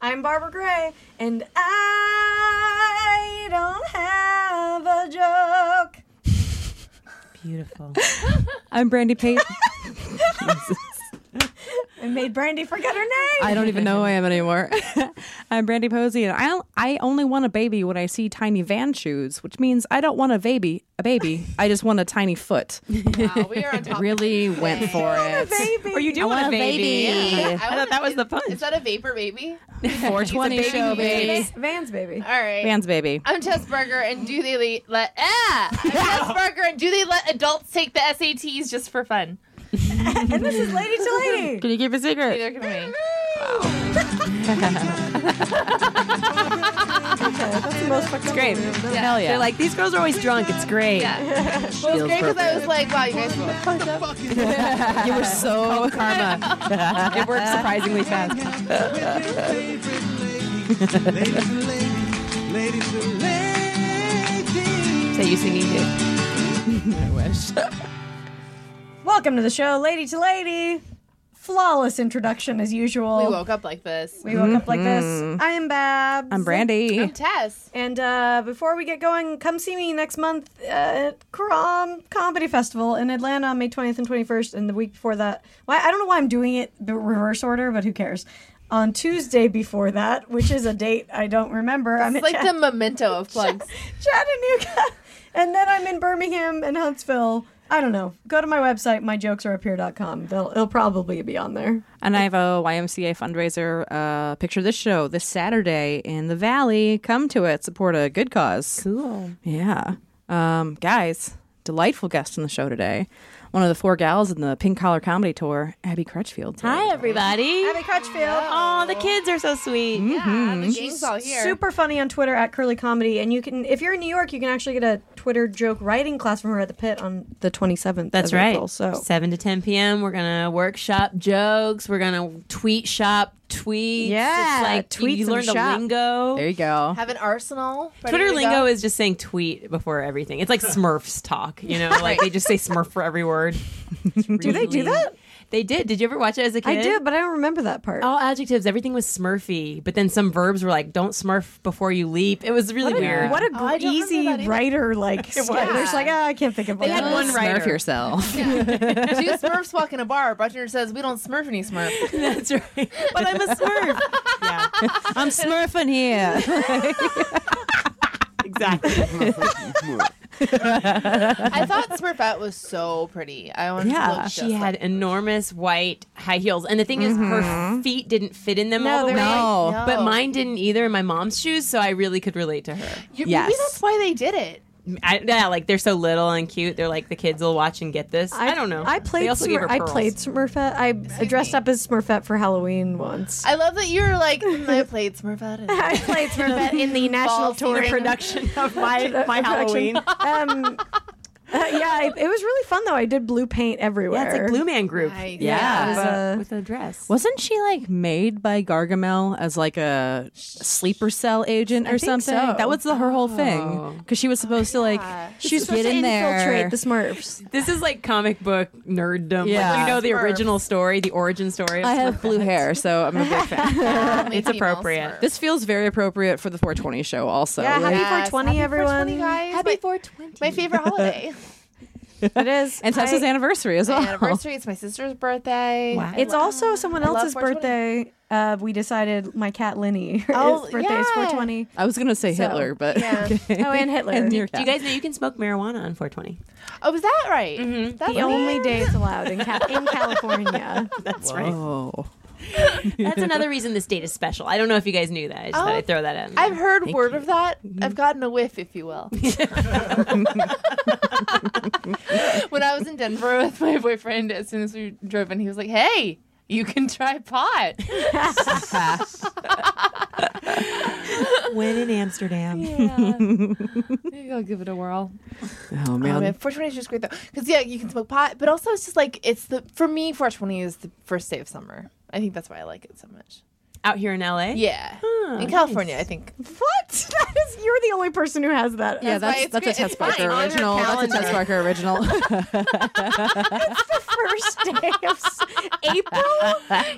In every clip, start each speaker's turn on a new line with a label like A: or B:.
A: I'm Barbara Gray, and I don't have a joke.
B: Beautiful. I'm Brandy Pate.
A: I made Brandy forget her name.
B: I don't even know who I am anymore. I'm Brandy Posey, and I I only want a baby when I see tiny van shoes, which means I don't want a baby. A baby. I just want a tiny foot.
C: Wow, Oh, we are on top.
D: Really went for it.
A: Baby.
E: Or you do
D: I
E: want,
D: want
E: a
D: a
E: baby.
D: baby.
E: Yeah, I thought that was the punch.
C: Is that a vapor baby?
D: 420 show, baby.
A: Van's baby.
C: All right.
B: Van's baby.
C: I'm Tess Berger, and do they le- let ah? I'm Tess Berger, and do they let adults take the SATs just for fun?
A: And this is Lady to Lady.
D: Can you keep a secret?
C: Neither can we.
A: It's great.
D: Hell yeah.
E: They're like, these girls are always drunk. It's great.
C: Well, it's great because I was like, wow, you guys both fucked up.
D: you were so karma.
E: It works surprisingly fast.
C: Say you singing too.
D: I wish.
A: Welcome to the show, Lady to Lady. Flawless introduction as usual.
C: We woke up like this.
A: We woke up like this. I am Babs.
B: I'm Brandy.
C: I'm Tess.
A: And uh, before we get going, come see me next month at Crom Comedy Festival in Atlanta on May 20th and 21st, and the week before that. Why I don't know why I'm doing it the reverse order, but who cares? On Tuesday before that, which is a date I don't remember, I'm
C: It's
A: in
C: like
A: Chat-
C: the memento of plugs.
A: Chattanooga, and then I'm in Birmingham and Huntsville. I don't know. Go to my website, myjokesareuphere.com. They'll, it'll probably be on there.
B: And I have a YMCA fundraiser uh, picture this show this Saturday in the Valley. Come to it, support a good cause.
E: Cool.
B: Yeah. Um, guys, delightful guest on the show today. One of the four gals in the Pink Collar Comedy Tour, Abby Crutchfield.
E: Hi, everybody.
A: Abby Crutchfield.
E: Oh, the kids are so sweet.
C: yeah, the gang's all here.
A: super funny on Twitter at Curly Comedy, and you can if you're in New York, you can actually get a Twitter joke writing class from her at the Pit on the 27th.
E: That's
A: of
E: right.
A: April, so
E: 7 to 10 p.m. We're going to workshop jokes. We're going to tweet shop tweets.
A: Yeah,
E: It's like
A: tweet
E: you
A: some
E: learn
A: shop.
E: the lingo.
B: There you go.
C: Have an arsenal. ready
E: Twitter
C: to
E: lingo
C: go.
E: is just saying tweet before everything. It's like Smurfs talk, you know, like they just say Smurf for every word.
A: do they do that?
E: They did. Did you ever watch it Oh, as a kid?
A: I do, but I don't remember that part.
E: All adjectives, everything was Smurfy, but then some verbs were like "don't Smurf before you leap." It was really
A: what, a,
E: weird.
A: what a
C: Oh, I don't remember
A: easy
C: that either.
A: writer like there's like ah, I can't think of
C: They
A: one.
C: had one
B: Smurf
C: writer.
B: yourself.
C: Two Smurfs walk in a bar. Bartender says, "We don't Smurf any Smurf."
E: That's right.
D: But I'm a smurf.
E: Yeah,
D: I'm smurfing here.
E: exactly.
C: I thought Smurfette was so pretty. I wanted
B: Yeah.
C: to look just
E: She had
C: like
E: enormous white high heels, and the thing is, her feet didn't fit in them
A: No,
E: all the
A: they're
E: way.
B: No.
C: No.
E: But mine didn't either, in my mom's shoes, so I really could relate to her.
C: You- Maybe
B: Yes.
C: that's why they did it.
E: I, yeah, like they're so little and cute. They're like the kids will watch and get this. I, don't know.
A: I
E: They
A: played.
E: also gave
A: Smur-
E: her
A: I
E: pearls.
A: played Smurfette. I dressed
C: me.
A: up as Smurfette for Halloween once.
C: I love that you were like, "Mm, I played Smurfette. in it."
A: I played Smurfette in the National
C: Ball
A: Tour
C: theater.
A: production
E: of my my
A: production. Um, uh, yeah, it, it was really fun though. I did blue paint everywhere.
E: Yeah, it's a Blue Man group.
C: Nice.
A: Yeah, it was, uh,
E: with a dress.
B: Wasn't she like made by Gargamel as like a sleeper cell agent or
A: think
B: something?
A: so.
B: That was the, her whole thing. Because she was supposed to
C: yeah.
B: like, she's
A: supposed
B: get
A: to
B: in there.
A: infiltrate the Smurfs.
E: This is like comic book nerddom.
B: Yeah.
E: Like, you know the
C: Smurfs.
E: original story, the origin story. Of
B: I have blue hair, so I'm a big fan.
C: Only
E: It's
C: female
E: appropriate.
C: Smurf.
B: this feels very appropriate for the 420 show, also.
A: Yeah,
B: Like,
A: happy
C: Yes.
A: 420,
C: Happy
A: everyone.
C: 420, guys. my,
E: 420.
C: my favorite holiday.
A: It is.
B: and Tessa's
A: I-
B: anniversary as
C: my
B: well.
C: anniversary. It's my sister's birthday.
E: Wow.
A: It's also someone
C: I love
A: else's
C: 420.
A: birthday. Uh, we decided my cat Lenny.
C: Oh,
A: his birthday is
C: yeah.
A: 420.
B: I was gonna say
A: So,
B: Hitler, but
C: yeah.
B: okay.
A: Oh, and Hitler.
B: And your
A: the
E: Do you guys know you can smoke marijuana on 420?
C: Oh, was that right? That's
A: only
C: weird.
A: day it's allowed in, Ca- in California.
E: That's
B: oh,
E: That's another reason this date is special. I don't know if you guys knew that. I just thought I'd throw that in.
C: I've heard word of that. I've gotten a whiff, if you will. when I was in Denver with my boyfriend, as soon as we drove in, he was like, "Hey, you can try pot."
E: when in Amsterdam.
C: Maybe I'll give it a whirl.
B: oh
C: Oh, man,
A: Um,
B: man,
C: 420 is just great though, because yeah, you can smoke pot, but also it's just like it's the for me 420 is the first day of summer. I think that's why I like it so much.
E: Out here in LA?
C: Yeah,
E: Huh,
C: in California, I think
A: what? That is you're the only person who has that.
B: yeah,
C: That's
B: that's
C: why
B: that's a
C: it's
B: Tess
C: good- it's
B: Barker
C: fine. On her
B: original. That's a Tess
C: calendar.
B: Barker original.
A: first day of s- April.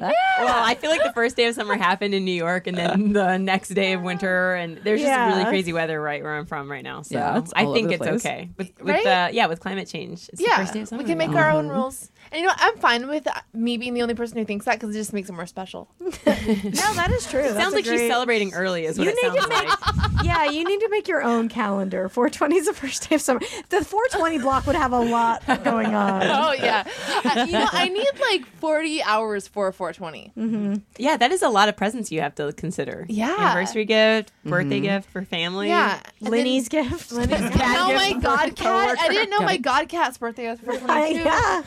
E: Well, I feel like the first day of summer happened in New York, and then the next day of winter, and there's just
A: Yeah.
E: really crazy weather right where I'm from right now. So
B: Yeah, it's all
E: I
B: over
E: think
B: the
E: it's
B: place.
E: okay with, with
C: Right?
E: the, yeah with climate change. It's the
C: yeah,
E: first day of summer
C: we can
E: right
C: make
E: now.
C: our own rules. And you know, what? I'm fine with uh, me being the only person who thinks that because it just makes it more special.
A: no, that is true.
E: Sounds like she's celebrating early, is what
A: You
E: it
A: need
E: sounds
A: to make-
E: like.
A: yeah, you need to make your own calendar. 420 is the first day of summer. The 420 block would have a lot going on.
C: oh yeah, I, you know, I need like 40 hours for 420.
E: Yeah, that is a lot of presents you have to consider.
C: Yeah.
E: anniversary gift, birthday gift for family.
C: Yeah, and then-
A: Lenny's gift.
C: Lenny's cat. Oh my god, cat! I didn't know my god cat's birthday was 422.
A: yeah.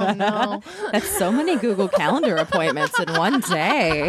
C: Oh no.
D: That's so many Google Calendar appointments in one day.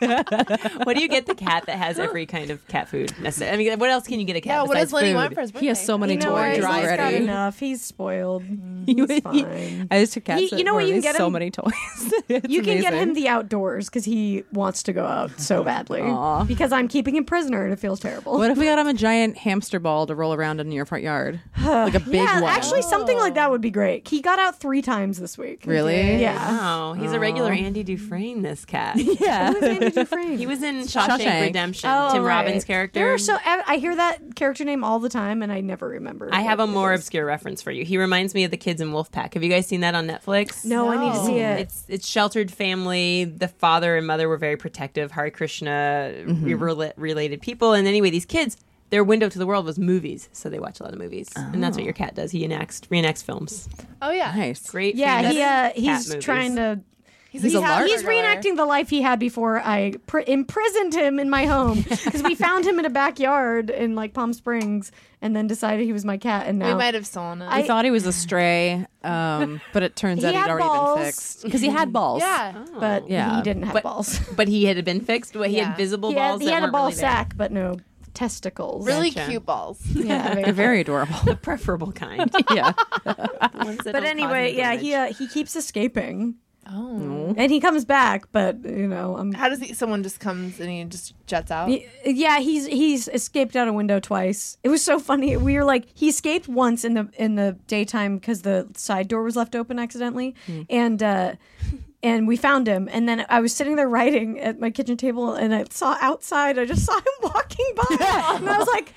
E: what do you get the cat that has every kind of cat food? necess- I mean, what else can you get a cat?
C: Yeah, what does
E: besides
C: Lenny
E: food?
C: want for his birthday?
B: he has so many
A: You know,
B: toys
A: he's got
B: already.
A: enough. He's spoiled.
B: You-
A: He's fine.
B: I used to catch
A: You- you know what you can get
B: so
A: him?
B: many toys. It's
A: You can get him
B: amazing.
A: the outdoors because he wants to go out so badly.
B: Aw.
A: Because I'm keeping him prisoner and it feels terrible.
B: What if we got him a giant hamster ball to roll around in your front yard, like a big
A: yeah,
B: one?
A: actually, something like that would be great. He got out three times this week.
B: really?
A: Yeah.
E: Wow, Oh, he's a
A: Oh.
E: regular Andy Dufresne. This cat.
B: Yeah.
A: Who's Andy Dufresne?
E: He was in Shawshank,
B: Shawshank.
E: Redemption.
A: Oh,
E: Tim
A: right.
E: Robbins' character.
A: There are so I I hear that character name all the time, and I never remember.
E: I have
A: what
E: a
A: it
E: more
A: is.
E: obscure reference for you. He reminds me of the kids in Wolfpack. Have you guys seen that on Netflix?
A: No, I need to
C: No.
A: see it.
E: It's it's sheltered family. The father and mother were very protective, Hare Krishna
A: Mm-hmm.
E: re- rela- related people. And anyway, these kids, their window to the world was movies, so they watch a lot of movies, and that's what
A: Oh.
E: your cat does. He enacts reenacts films.
C: Oh yeah.
B: Nice.
E: Great.
A: yeah,
E: famous
A: he uh,
E: cat
A: he's
E: movies.
A: trying to.
B: He's a
C: cat
B: lark?
A: He's
C: burglar.
A: reenacting the life he had before I pr- imprisoned him in my home because we found him in a backyard in like Palm Springs, and then decided he was my cat, and
C: We
A: now
C: might have stolen it.
A: I-
B: I thought he was a stray, um, but it turns
A: He
B: out he'd
A: had
B: already
A: balls.
B: been fixed because he had balls.
C: yeah.
A: but
B: Yeah.
A: he didn't have
E: But-
A: balls.
E: But he had been fixed. What he
C: Yeah.
E: had visible
A: He had,
E: balls.
A: he
E: that
A: had a
E: weren't
A: ball
E: really there.
A: sack, but no testicles.
C: Really
E: Gotcha.
C: cute balls.
A: Yeah,
B: They're very adorable.
E: The preferable kind.
B: yeah.
A: But anyway, yeah, he uh, he keeps escaping,
C: Oh.
B: Mm-hmm.
A: and he comes back, but you know, I'm
C: How does he? Someone just comes and he just jets out.
A: Y- Yeah, he's he's escaped out a window twice. It was so funny. We were like, he escaped once in the in the daytime because the side door was left open accidentally,
E: Hmm.
A: and uh, and we found him. And then I was sitting there writing at my kitchen table, and I saw outside. I just saw him walking by, and I was like,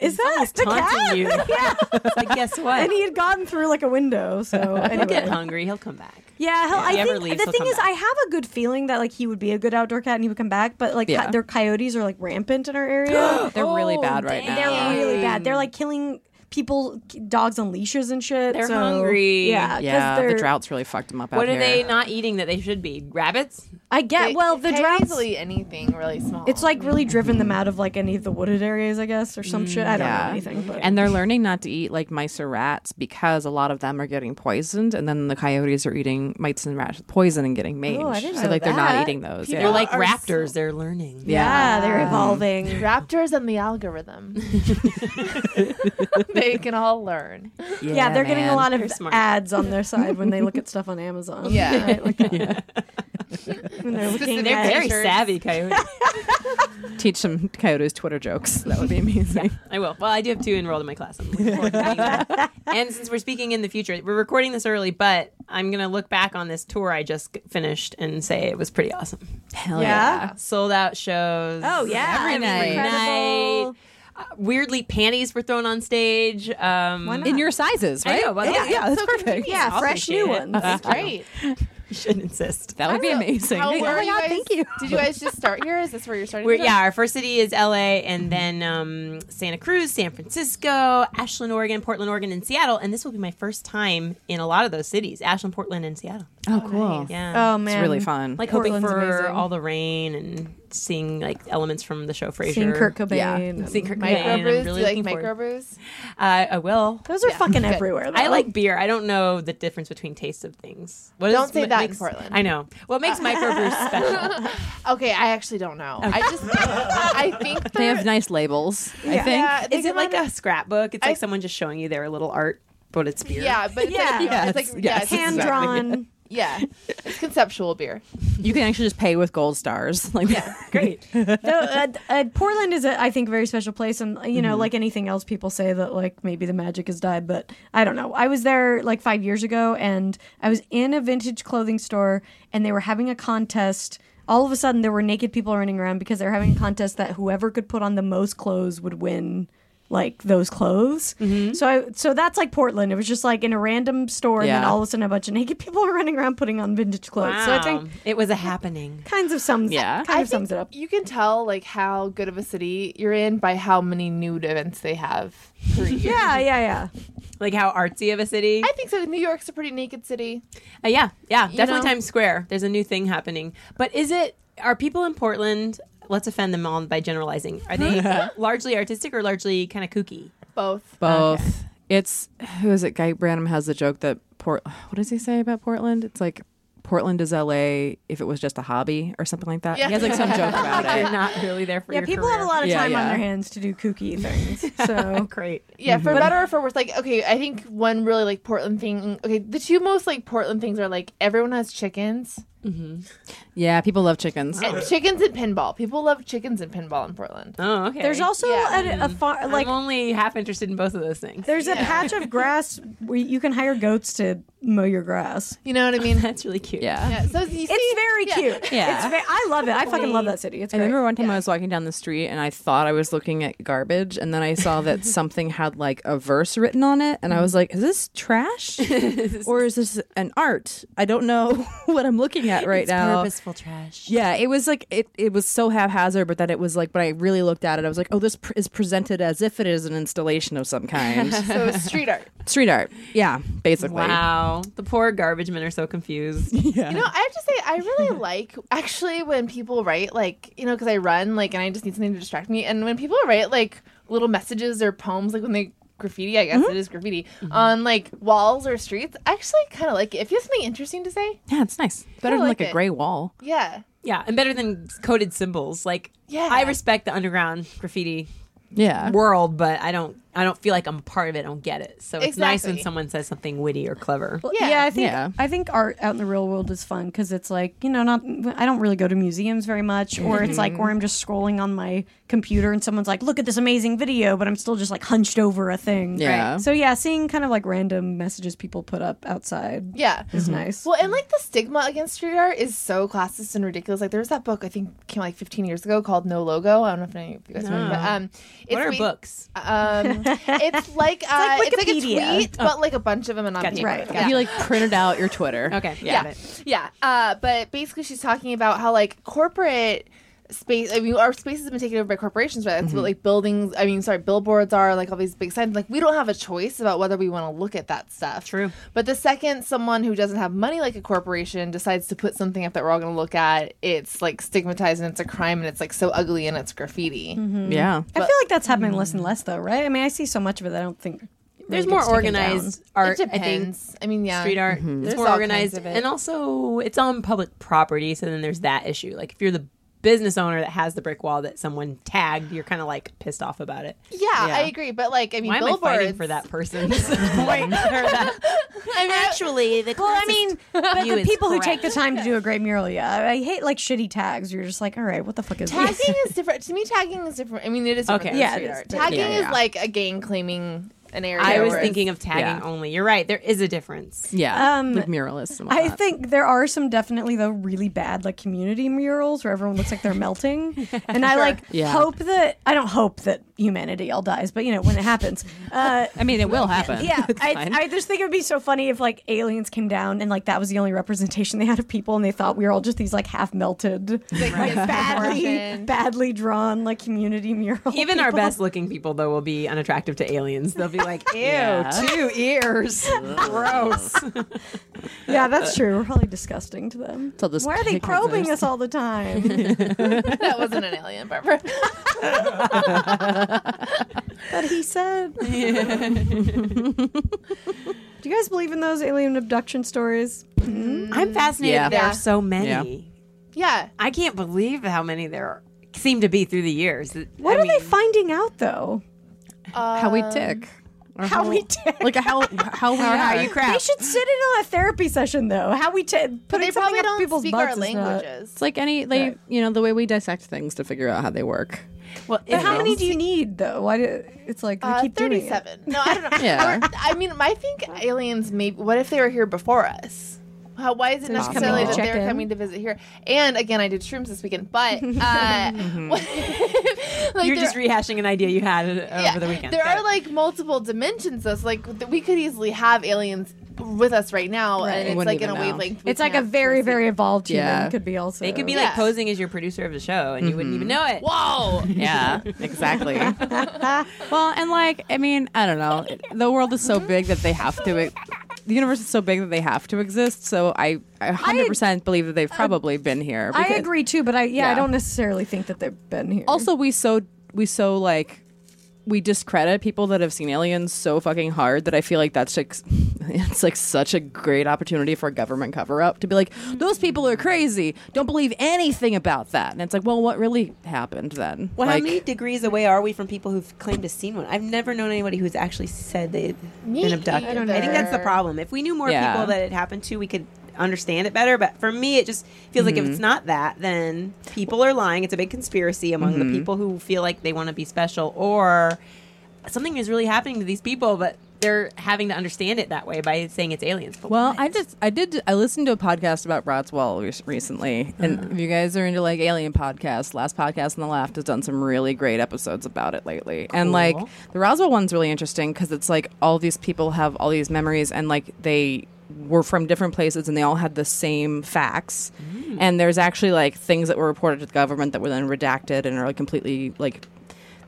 A: "Is that the cat?"
E: taunting you.
A: yeah,
E: But guess what?
A: and he had gotten through like a window. So
E: He'll get
A: anyway.
E: hungry. He'll come back.
A: Yeah, hell,
E: If he
A: I
E: ever
A: think
E: leaves,
A: the
E: he'll
A: thing
E: come
A: is,
E: back.
A: I have a good feeling that like he would be a good outdoor cat and he would come back. But like,
B: Yeah.
A: co- their coyotes are like rampant in our area.
B: They're really bad right
A: And
B: now.
A: they're really bad. They're like killing people, dogs on leashes and shit.
E: They're
A: so-
E: hungry.
A: Yeah, 'cause
B: Yeah,
A: they're,
B: the drought's really fucked him up.
E: What
B: out
E: are they
B: here.
E: not eating that they should be? Rabbits?
A: I get.
C: They-
A: well, the
C: they
A: droughts.
C: easily anything really small.
A: It's like really driven them out of like any of the wooded areas, I guess, or some shit. I don't
B: yeah.
A: know anything. But.
B: And they're learning not to eat like mice or rats because a lot of them are getting poisoned, and then the coyotes are eating mites and rats with poison and getting mange.
A: I didn't
B: so
A: know
B: like they're not
A: that.
B: eating those.
C: People
B: yeah.
E: They're like
C: are
E: raptors. They're learning.
A: yeah, they're evolving.
C: raptors and the algorithm. they can all learn.
A: Yeah, they're getting a lot
E: They're
A: of
E: smart.
A: ads on their side when they look at stuff on Amazon.
C: Yeah.
A: Right, like that. when they're looking
C: Specific
E: They're
A: at
E: very
C: T-shirts.
E: savvy coyotes.
B: of teach some coyotes Twitter jokes. That would be amazing.
E: I will. Well, I do have two enrolled in my class. I'm looking forward to meeting them. and since we're speaking in the future, we're recording this early, but I'm going to look back on this tour I just g- finished and say it was pretty awesome.
B: Hell
A: Yeah.
E: Sold out shows.
A: Oh yeah,
B: Every night.
A: Incredible.
E: Uh, weirdly, panties were thrown on stage. Um,
A: Why not?
B: In your sizes,
E: I
B: right?
E: know, well,
B: yeah,
E: yeah,
B: yeah, that's perfect.
A: Yeah,
E: I'll
A: fresh
E: appreciate
A: new
E: it.
A: ones.
C: It's great.
E: You shouldn't insist.
B: That would be amazing.
C: How
B: Hey,
C: were
B: oh my
C: you
B: God,
C: guys-
B: thank you.
C: Did you guys just start here? Is this where you're starting?
E: We're,
C: from?
E: yeah, our first city is LA, and then um, Santa Cruz, San Francisco, Ashland, Oregon, Portland, Oregon, and Seattle. And this will be my first time in a lot of those cities Ashland, Portland, and Seattle.
B: Oh, cool.
E: Yeah.
A: Oh man,
B: It's really fun.
E: like hoping
A: Portland's
E: for
A: amazing.
E: all the rain and seeing like elements from the show Frasier.
A: Seeing Kurt
B: Yeah.
A: Cobain. and-
E: Seeing Kurt Cobain.
C: Microbrews.
E: I'm really
C: Do you like
E: looking forward.
C: microbrews?
E: Uh, I will.
A: Those are
C: Yeah.
A: fucking
C: Good.
A: everywhere. Though.
E: I like beer. I don't know the difference between tastes of things. What
C: Don't
E: is-
C: say
E: what
C: that in
E: makes-
C: Portland.
E: I know. What makes microbrews special?
C: Okay, I actually don't know. I just I think
B: They have
C: they're-
B: nice labels, I
A: Yeah.
B: think.
C: Yeah, they
E: Is it
C: come
E: like
C: out
E: a scrapbook? It's
C: I-
E: like someone just showing you their little art, but it's beer.
C: Yeah, but it's
A: Yeah.
C: like, yeah,
B: Yes,
C: it's
B: yes,
C: like yeah, it's
A: hand
B: exactly.
A: drawn.
C: Yeah, it's conceptual beer.
B: You can actually just pay with gold stars. Like
E: Great.
A: Though, uh, uh, Portland is, a, I think, very special place, and you
B: Mm-hmm.
A: know, like anything else, people say that like maybe the magic has died, but I don't know. I was there like five years ago, and I was in a vintage clothing store, and they were having a contest. All of a sudden, there were naked people running around because they were having a contest that whoever could put on the most clothes would win like those clothes.
B: Mm-hmm.
A: So I so that's like Portland. It was just like in a random store and then
B: Yeah.
A: all of a sudden a bunch of naked people were running around putting on vintage clothes. So I think
E: Oh. it was a happening.
A: kinds of sums
B: Yeah.
A: kind of sums it up.
C: You can tell like how good of a city you're in by how many nude events they have per year.
A: Yeah, yeah, yeah.
E: Like how artsy of a city.
C: I think so. New York's a pretty naked city.
E: Uh, yeah, yeah, definitely
C: know?
E: Times Square. There's a new thing happening. But is it are people in Portland? Let's offend them all by generalizing. Are they largely artistic or largely kind of kooky?
C: Both.
B: both. It's who is it? Guy Branham has the joke that Port. What does he say about Portland? It's like Portland is L.A. if it was just a hobby or something like that.
C: Yeah.
B: He has like some joke about it.
E: They're not really there for
A: Yeah,
E: your
A: people have a
E: career.
A: lot of
B: Yeah,
A: time on
B: yeah.
A: their hands to do kooky things. So
E: Great.
C: Yeah,
A: Mm-hmm.
C: for better or for worse. Like, okay, I think one really like Portland thing. Okay, the two most like Portland things are like everyone has chickens,
B: Yeah, people love chickens.
C: and chickens and pinball. People love chickens and pinball in Portland.
E: Oh, okay.
A: there's also
C: Yeah.
A: a, a far,
E: like
A: like
E: I'm only half interested in both of those things.
A: there's a patch of grass where you can hire goats to mow your grass.
C: You know what I mean?
E: That's really cute.
B: Yeah.
C: Yeah. So you see,
A: It's very cute.
B: Yeah.
A: It's ve- I love it. I fucking love that city. It's
B: I
A: great.
B: remember one time I was walking down the street and I thought I was looking at garbage, and then I saw that something had like a verse written on it, and I was like, "Is this trash, or is this an art? I don't know what I'm looking at right now."
E: Purposeful trash.
B: Yeah, it was like it, it was so haphazard, but then it was like when I really looked at it, I was like, oh, this pr- is presented as if it is an installation of some kind.
C: so it's street art.
B: Street art, yeah, basically.
E: Wow. The poor garbage men are so confused.
B: Yeah.
C: You know, I have to say, I really like actually when people write like you know because I run like and I just need something to distract me. And when people write like little messages or poems, like when they graffiti, I guess it is graffiti on like walls or streets. I actually kind of like it. If you have something interesting to say,
B: yeah, it's nice. Better
C: Kinda
B: than like
C: like it.
B: a gray wall.
C: yeah,
E: Yeah, and better than coded symbols. Like,
C: Yeah.
E: I respect the underground graffiti
B: Yeah.
E: world, but I don't. I don't feel like I'm a part of it. I don't get it. So it's nice when
C: Exactly.
E: someone says something witty or clever.
A: yeah,
C: Yeah.
A: I think
B: Yeah.
A: I think art out in the real world is fun because it's like you know not I don't really go to museums very much or it's like where I'm just scrolling on my computer and someone's like look at this amazing video but I'm still just like hunched over a thing
B: Yeah.
A: so yeah seeing kind of like random messages people put up outside
C: yeah. Mm-hmm.
A: is nice
C: Well, and like the stigma against street art is so classist and ridiculous. Like there was that book I think came out, like 15 years ago called No Logo. I don't know if any of you guys remember, but um, it's
E: What are
C: ba-
E: books?
C: Um, it's like uh,
A: like
C: it's like
A: Wikipedia.
C: a tweet, but like a bunch of them and on paper.
A: Right.
C: Yeah.
B: You like printed out your Twitter.
E: Okay,
C: yeah,
E: got it.
C: yeah. Uh, but basically, she's talking about how like corporate space. I mean, our spaces have been taken over by corporations, right?
E: Mm-hmm.
C: That's what like buildings. I mean, sorry, billboards are like all these big signs. Like we don't have a choice about whether we want to look at that stuff.
E: True.
C: But the second someone who doesn't have money like a corporation decides to put something up that we're all going to look at, it's like stigmatized and it's a crime and it's like so ugly and it's graffiti.
E: Mm-hmm.
B: Yeah.
A: I feel like that's happening less and less though right I mean I see so much of it I don't think it really
E: There's more
A: gets taken down.
E: organized art.
C: it
E: I think
C: depends. I, mean, yeah,
E: street art. It's
C: There's
E: more
C: all
E: organized,
C: kinds of it.
E: and also it's on public property. So then there's that issue. Like if you're the business owner that has the brick wall that someone tagged, you're kind of like pissed off about it.
C: Yeah,
B: Yeah.
C: I agree. But like, I mean,
E: Why am I
C: billboards.
E: fighting for that person? Wait, or that-
C: I mean,
E: Actually, the
A: Well, I mean, but
E: view
A: the
E: is
A: people who take
E: correct.
A: the time to do a great mural, yeah. I- I hate like shitty tags. You're just like, all right, what the fuck is this?
C: tagging is different. To me, tagging is different. I mean, it is different
E: Okay.
C: than
A: Yeah,
C: street
A: it is.
C: art. Tagging
B: Yeah, yeah.
C: is like a gang claiming an area.
E: I was
C: whereas-
E: thinking of tagging
B: Yeah.
E: only. You're right. There is a difference.
B: Yeah.
A: Um,
B: like muralists. And
A: I
B: whatnot.
A: think there are some definitely though really bad like community murals where everyone looks like they're melting, and I like
B: Yeah.
A: hope that I don't hope that humanity all dies, but you know when it happens, uh,
B: I mean, it will happen.
A: yeah.
B: It's
A: I,
B: fine.
A: I just think it would be so funny if like aliens came down and like that was the only representation they had of people, and they thought we were all just these like half melted, like, badly
C: proportion.
A: badly drawn like community mural.
E: Even our
A: people.
E: best looking people, though, will be unattractive to aliens. They'll be like, ew,
B: Yeah.
E: two ears. Gross.
A: Yeah, that's true. We're probably disgusting to them.
B: Till this
A: Why are they
B: pig
A: probing
B: exists.
A: us all the time?
C: that wasn't an alien, Barbara.
A: but he said. Do you guys believe in those alien abduction stories?
E: I'm fascinated
B: Yeah.
E: that there
C: Yeah.
E: are so many.
B: Yeah.
C: yeah,
E: I can't believe how many there are, seem to be through the years.
A: What are they finding out though?
B: How we tick.
E: uh-huh.
B: Our
A: How
B: whole-
A: we did.
B: like how how we
E: Or
B: are.
E: how you
A: They
E: crap.
A: should sit in on a therapy session though. How we t- putting
C: They
A: something
C: probably
A: up
C: don't
A: people's
C: speak
A: butts
C: our
A: is not-
C: languages.
B: It's like any they you know the way we dissect things to figure out how they work.
E: Well,
A: But how many do you need though? Why do it's like I
C: Uh,
A: keep doing it.
C: Thirty-seven. No, I don't know.
B: Yeah.
C: Or- I mean, I think aliens. Maybe. What if they were here before us? How, why is it
A: They're just
C: necessarily
A: coming
C: that
A: to check
C: they're
A: in.
C: coming to visit here? And again, I did shrooms this weekend, but uh,
A: Mm-hmm.
C: what if- like
E: You're
C: there-
E: just rehashing an idea you had over the weekend.
C: There
E: Got
C: are
E: it.
C: like multiple dimensions. That's like th- we could easily have aliens with us right now, and it's
B: Wouldn't
C: like in a
B: even know.
C: wavelength. we
A: It's like a
C: can't
A: very
C: foresee.
A: very evolved human
B: Yeah.
A: could be also.
E: they could be
C: yeah.
E: like posing as your producer of the show, and you wouldn't even know it.
C: whoa.
B: Yeah, exactly. well, and like I mean, I don't know. The world is so big that they have to. e-, The universe is so big that they have to exist. So I, I 100% believe that they've probably been here.
A: I
B: because-
A: agree too, but I yeah, I
B: Yeah.
A: don't necessarily think that they've been here.
B: Also, we so we so like we discredit people that have seen aliens so fucking hard that I feel like that's like it's like such a great opportunity for a government cover up to be like those people are crazy. Don't believe anything about that. And it's like, well, what really happened then?
E: Well,
B: like,
E: how many degrees away are we from people who've claimed to seen one? I've never known anybody who's actually said they've
C: Me
E: been abducted.
C: either.
E: I think that's the problem. If we knew more
B: Yeah.
E: people that it happened to, we could understand it better. But for me, it just feels like if
B: Mm-hmm.
E: it's not that, then people are lying. It's a big conspiracy among
B: Mm-hmm.
E: the people who feel like they want to be special, or something is really happening to these people, but they're having to understand it that way by saying it's aliens. But
B: Well, I just I did I listened to a podcast about Roswell re- recently, and if you guys are into like alien podcasts, Last Podcast on the Left has done some really great episodes about it lately, and like the Roswell one's really interesting because it's like all these people have all these memories, and like they were from different places and they all had the same facts and there's actually like things that were reported to the government that were then redacted and are like completely like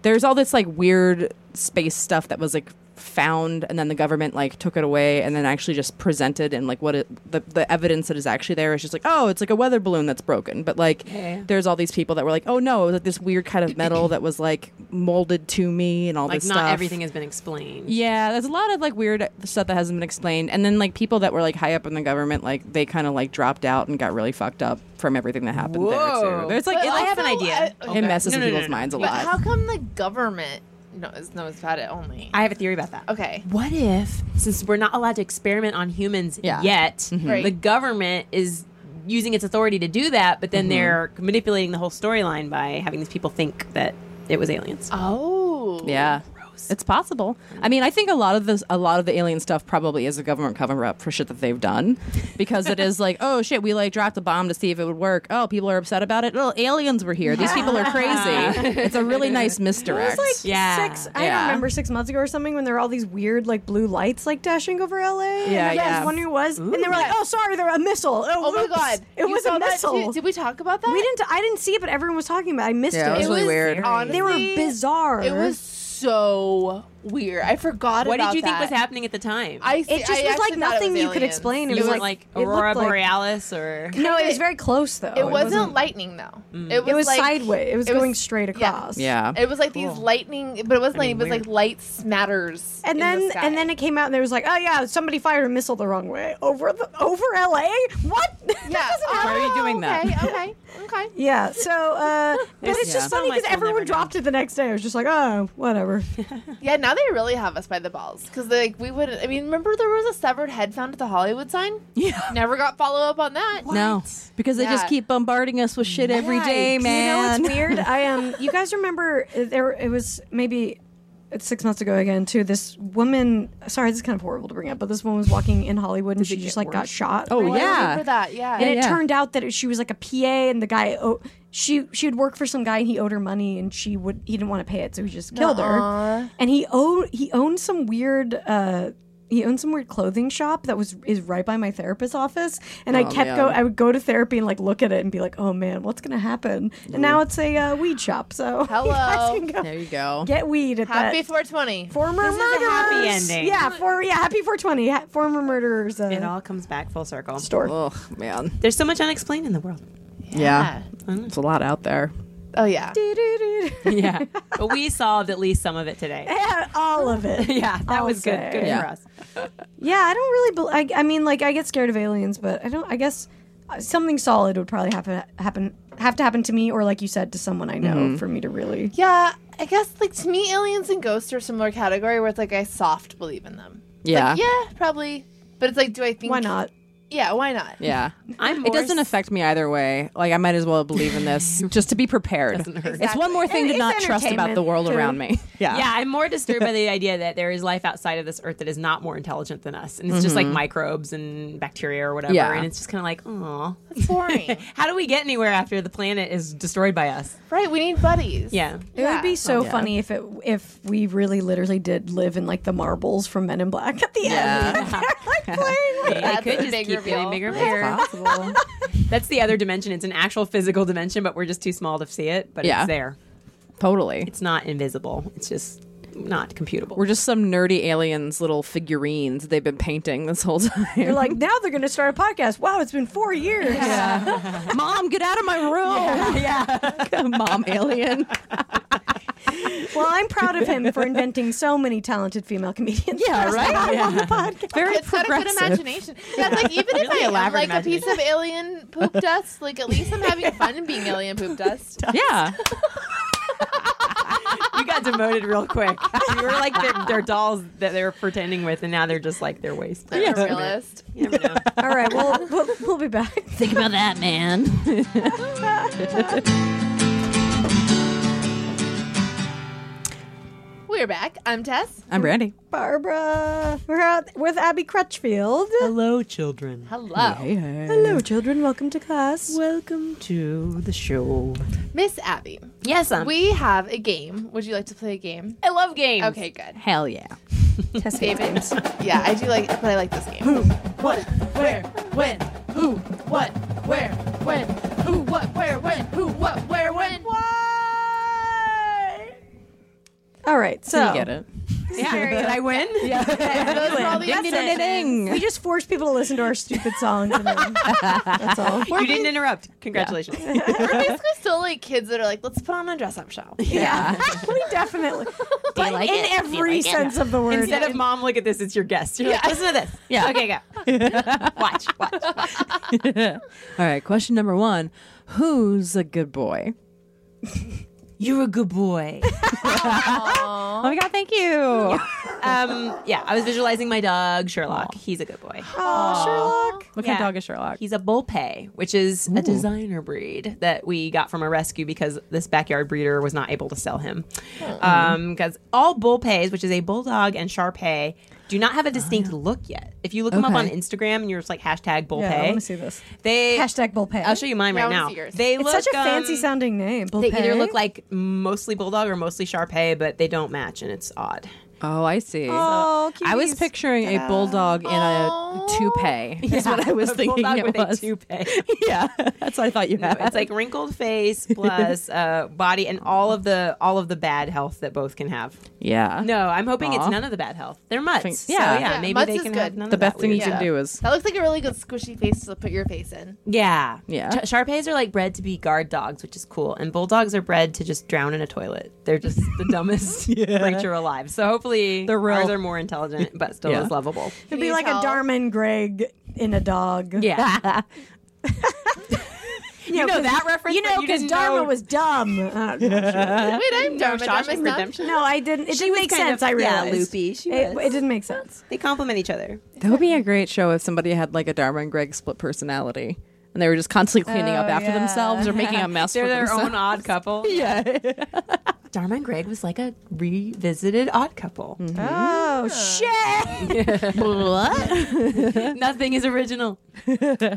B: there's all this like weird space stuff that was like found and then the government like took it away and then actually just presented and like what it, the, the evidence that is actually there is just like oh it's like a weather balloon that's broken but like
E: Yeah.
B: there's all these people that were like oh no it was like this weird kind of metal that was like molded to me and all
E: like
B: this
E: not
B: stuff
E: everything has been explained.
B: yeah, there's a lot of like weird stuff that hasn't been explained, and then like people that were like high up in the government, like they kind of like dropped out and got really fucked up from everything that happened there too. There's like
C: But
B: it,
E: I have an
C: also,
E: idea.
C: I-
E: Oh,
B: it messes
E: No,
B: with
E: no, no,
B: people's
E: no.
B: minds a
C: But
B: lot.
C: how come the government knows knows about it only?
E: I have a theory about that.
C: okay.
E: What if, since we're not allowed to experiment on humans
B: Yeah. Mm-hmm.
E: yet,
C: Right.
E: the government is using its authority to do that, but then
B: Mm-hmm.
E: they're manipulating the whole storyline by having these people think that it was aliens.
C: Oh.
B: yeah, it's possible. I mean, I think a lot of this, a lot of the alien stuff probably is a government cover up for shit that they've done, because it is like, oh shit, we like dropped a bomb to see if it would work. Oh, people are upset about it. Oh, aliens were here. These people are crazy. it's a really nice misdirect.
A: It was like
E: Yeah.
A: six. I don't
B: Yeah.
A: remember six months ago or something when there were all these weird like blue lights like dashing over LA. and
B: Yeah,
A: I
B: yeah.
A: was wondering what it was, and they were like, "Oh, sorry, there a missile." Oh,
C: Oh my
A: whoops.
C: god.
A: it
C: You
A: was
C: saw
A: a
C: that too?
A: missile.
C: Did we talk about that?
A: We didn't. I didn't see it, but everyone was talking about. it. I missed
B: Yeah,
A: it.
B: it was really weird.
C: Honestly,
A: they were bizarre.
C: It was so weird. I forgot
E: What
C: about
E: did you think
C: that.
E: was happening at the time?
C: I
A: It just was like nothing you could explain. It
E: you
A: was
E: weren't
A: like,
E: like,
A: it looked
E: Aurora
A: like-
E: Borealis or.
A: No, it
C: Kinda-
A: was very close though.
C: It
B: Oh,
C: wasn't, lightning though.
B: Mm.
C: It was,
A: It was
C: like,
A: sideways. It was going straight
C: yeah.
A: across.
B: yeah.
C: It was like these lightning, but it wasn't lightning. It was
E: weird.
C: like light smatters.
A: And
C: in the
A: then
C: sky.
A: and then it came out and there was like, oh yeah, somebody fired a missile the wrong way over the over LA. What? that
C: yeah.
A: doesn't
C: oh,
A: happen.
B: Why are you doing that?
C: Okay. Okay. Okay.
A: Yeah. So, uh, but it's
E: yeah.
A: just funny
E: Some
A: because
E: lights we'll
A: everyone
E: never know.
A: dropped it the next day. It was just like, oh, whatever.
C: Yeah, now they really have us by the balls because like we would. I mean, remember there was a severed head found at the Hollywood sign.
B: Yeah.
C: Never got follow up on that.
B: No, because they
C: Yeah.
B: just keep bombarding us with shit every day, man.
A: You know what's weird? I um, you guys remember uh, there? It was maybe it's six months ago again too. This woman. Sorry, this is kind of horrible to bring up, but this woman was walking in Hollywood and she just like got shot.
B: Oh,
A: randomly.
B: yeah.
C: I remember that. Yeah.
A: And it
B: yeah.
A: turned out that it, she was like a PA, and the guy, oh, she she would work for some guy, and he owed her money, and she would he didn't want to pay it, so he just killed her. And he owed he owned some weird. uh he owned some weird clothing shop that was is right by my therapist's office, and
B: Oh,
A: I kept go. I would go to therapy and like look at it and be like, "Oh man, what's gonna happen?" And now it's a uh, weed shop. So you guys
C: Hello.
A: can go
B: There you go.
A: get weed at
C: Happy
A: that
C: 420.
A: former
E: This is a happy
A: murderers.
E: ending.
A: Yeah, for yeah, happy 420. Ha- former murderers. Uh,
E: It all comes back full circle.
A: store.
B: Oh man,
E: There's so much unexplained in the world.
B: yeah. It's a lot out there.
C: Oh yeah.
E: Yeah. but we solved at least some of it today.
A: Yeah, all of it.
E: Yeah, that
A: I'll
E: was good.
A: say.
E: Good
B: Yeah.
E: for us.
A: Yeah, I don't really. Bel I, I mean, like, I get scared of aliens, but I don't. I guess uh, something
B: Mm-hmm.
A: solid would probably happen. Happen have to happen to me, or like you said, to someone I know, for me to really.
C: Yeah, I guess like to me, aliens and ghosts are a similar category where it's like I soft believe in them.
B: Yeah.
C: Like, yeah, probably. But it's like, do I think?
A: Why not?
C: Yeah, why not?
B: Yeah.
E: I'm
B: It doesn't affect me either way. Like I might as well believe in this just to be prepared. It's one more thing
A: And
B: to
A: it's
B: not trust about the
A: entertainment,
B: world
A: too.
B: around me.
E: Yeah, I'm more disturbed by the idea that there is life outside of this earth that is not more intelligent than us, and it's just like
C: Mm-hmm.
E: microbes and bacteria or whatever.
B: Yeah.
E: And it's just kind of like, oh,
C: It's boring,
E: how do we get anywhere after the planet is destroyed by us?
C: right? We need buddies.
E: Yeah,
A: It would be so funny if it if we really literally did live in like the marbles from Men in Black at the end. They're like playing with
E: I
C: That's
E: could
C: a
E: just
C: big
E: keep
C: reveal.
E: getting bigger, and bigger.
B: Possible.
E: That's the other dimension. It's an actual physical dimension, but we're just too small to see it. But
B: Yeah.
E: it's there.
B: totally.
E: It's not invisible. It's just not computable.
B: We're just some nerdy aliens, little figurines they've been painting this whole
A: They're
B: time.
A: like now they're going to start a podcast. Wow, it's been four years.
B: Mom, get out of my room. Yeah. Mom alien.
A: Well, I'm proud of him for inventing so many talented female comedians.
B: Yeah, right?
A: On the podcast.
B: Very
C: It's got a good imagination. Yeah, it's like even if
E: Really
C: I am
E: elaborate
C: like a piece of alien poop dust, like at least I'm having fun in being alien poop dust.
B: Yeah.
E: you got demoted real quick. You were like their, their dolls that they were pretending with, and now they're just like their waste.
C: I'm a realist.
E: You never know.
A: All right, well, we'll we'll be back.
D: Think about that, man.
C: We're back. I'm Tess.
B: I'm Brandy.
A: Barbara, we're out with Abby Crutchfield.
E: Hello, children.
C: Hello.
A: Hello, children. Welcome to class.
E: Welcome to the show.
C: Miss Abby.
E: Yes, um,
C: We have a game. Would you like to play a game?
E: I love games.
C: Okay, good.
D: Hell yeah.
C: David. yeah, I do like but I like this game.
E: What? Where? When? Who? What? Where?
C: When? Who? What? Where? When? Who? What? Where? When? Why?
A: All right, so
B: You get it.
E: Yeah. Did I win? Yeah.
C: Those are all the
B: Ding, ding, ding,
C: exceptions.
B: ding.
A: we just force people to listen to our stupid songs. And then, that's all.
E: You didn't interrupt. Congratulations.
C: We're basically still like kids that are like, let's put on a dress-up show.
A: Yeah, we definitely. But
D: like
A: in
D: it? Do you
A: every
D: like it?
A: sense of the word.
E: Instead of mom, look at this. It's your guest. You're like, listen to this.
B: Yeah.
E: Okay, go. watch. Watch.
B: All right. Question number one Who's a good boy?
E: You're a good boy.
B: Oh my God. Thank you.
E: um. Yeah. I was visualizing my dog Sherlock. He's a good boy.
A: oh, Sherlock.
B: What
E: Yeah.
B: kind of dog is Sherlock?
E: He's a Bull Pei, which is a designer breed that we got from a rescue because this backyard breeder was not able to sell him. Because all Bull Peis, which is a bulldog and Shar Pei, do not have a distinct look yet. If you look them up on
B: Okay.
E: Instagram and you're just like hashtag Bull
A: Yeah, I
E: Pei,
A: want to see this.
E: they
A: Hashtag bullpen.
E: I'll show you mine
C: Yeah, I
E: right
C: wanna
E: now.
C: see yours.
E: They
A: It's
E: look
A: such a
E: um,
A: fancy sounding name.
E: They
A: Bullpen.
E: either look like mostly bulldog or mostly Shar Pei, but they don't match, and it's odd.
B: Oh, I see.
A: Oh,
B: I was
A: cuties.
B: picturing a bulldog in a toupee. That's what I was
E: A
B: thinking
E: bulldog
B: it
E: with
B: was.
E: a toupee.
B: yeah, that's what I thought you had.
E: it's like wrinkled face plus uh, body and all of the all of the bad health that both can have.
B: yeah.
E: No, I'm hoping it's
B: Aw.
E: none of the bad health. They're mutts.
B: Think-
E: so,
B: yeah.
E: yeah,
B: Yeah,
E: maybe
C: mutts
E: they
C: is
E: can
C: good.
E: have none
B: the
E: of
B: best
E: that
B: thing
E: weird
B: you can
E: stuff.
B: do is
C: That looks like a really good squishy face to put your face in.
E: Yeah,
B: Yeah.
E: Ch- Sharpays are like bred to be guard dogs, which is cool, and bulldogs are bred to just drown in a toilet. They're just the dumbest creature alive. So hopefully,
B: They're real.
E: ours are more intelligent, but still
B: Yeah.
E: as lovable.
A: It'd
C: Can
A: be
C: you
A: like
C: tell?
A: a Darman Greg in a dog.
E: Yeah,
A: You know,
E: know
A: 'cause-
E: that reference,
A: You
E: but
A: know,
E: you
A: because
E: didn't
A: Dharma
E: know-
A: was dumb. I don't know.
C: Wait, I'm Dharma. Dharma's
E: Shawshank
C: not-
E: Redemption.
A: No, I didn't. It didn't make
E: kind
A: sense.
E: of-
A: I
E: yeah,
A: realized.
E: loopy. She
A: It,
E: was.
A: it didn't make sense.
E: they complement each other.
B: that would be a great show if somebody had like a Dharma and Greg split personality, and they were just constantly cleaning up
A: Oh,
B: after
A: yeah.
B: themselves or making a mess.
E: They're
B: for
E: their
B: themselves.
E: own odd couple.
B: Yeah.
E: Dharma and Greg was like a revisited odd couple.
A: Oh shit.
E: Nothing is original.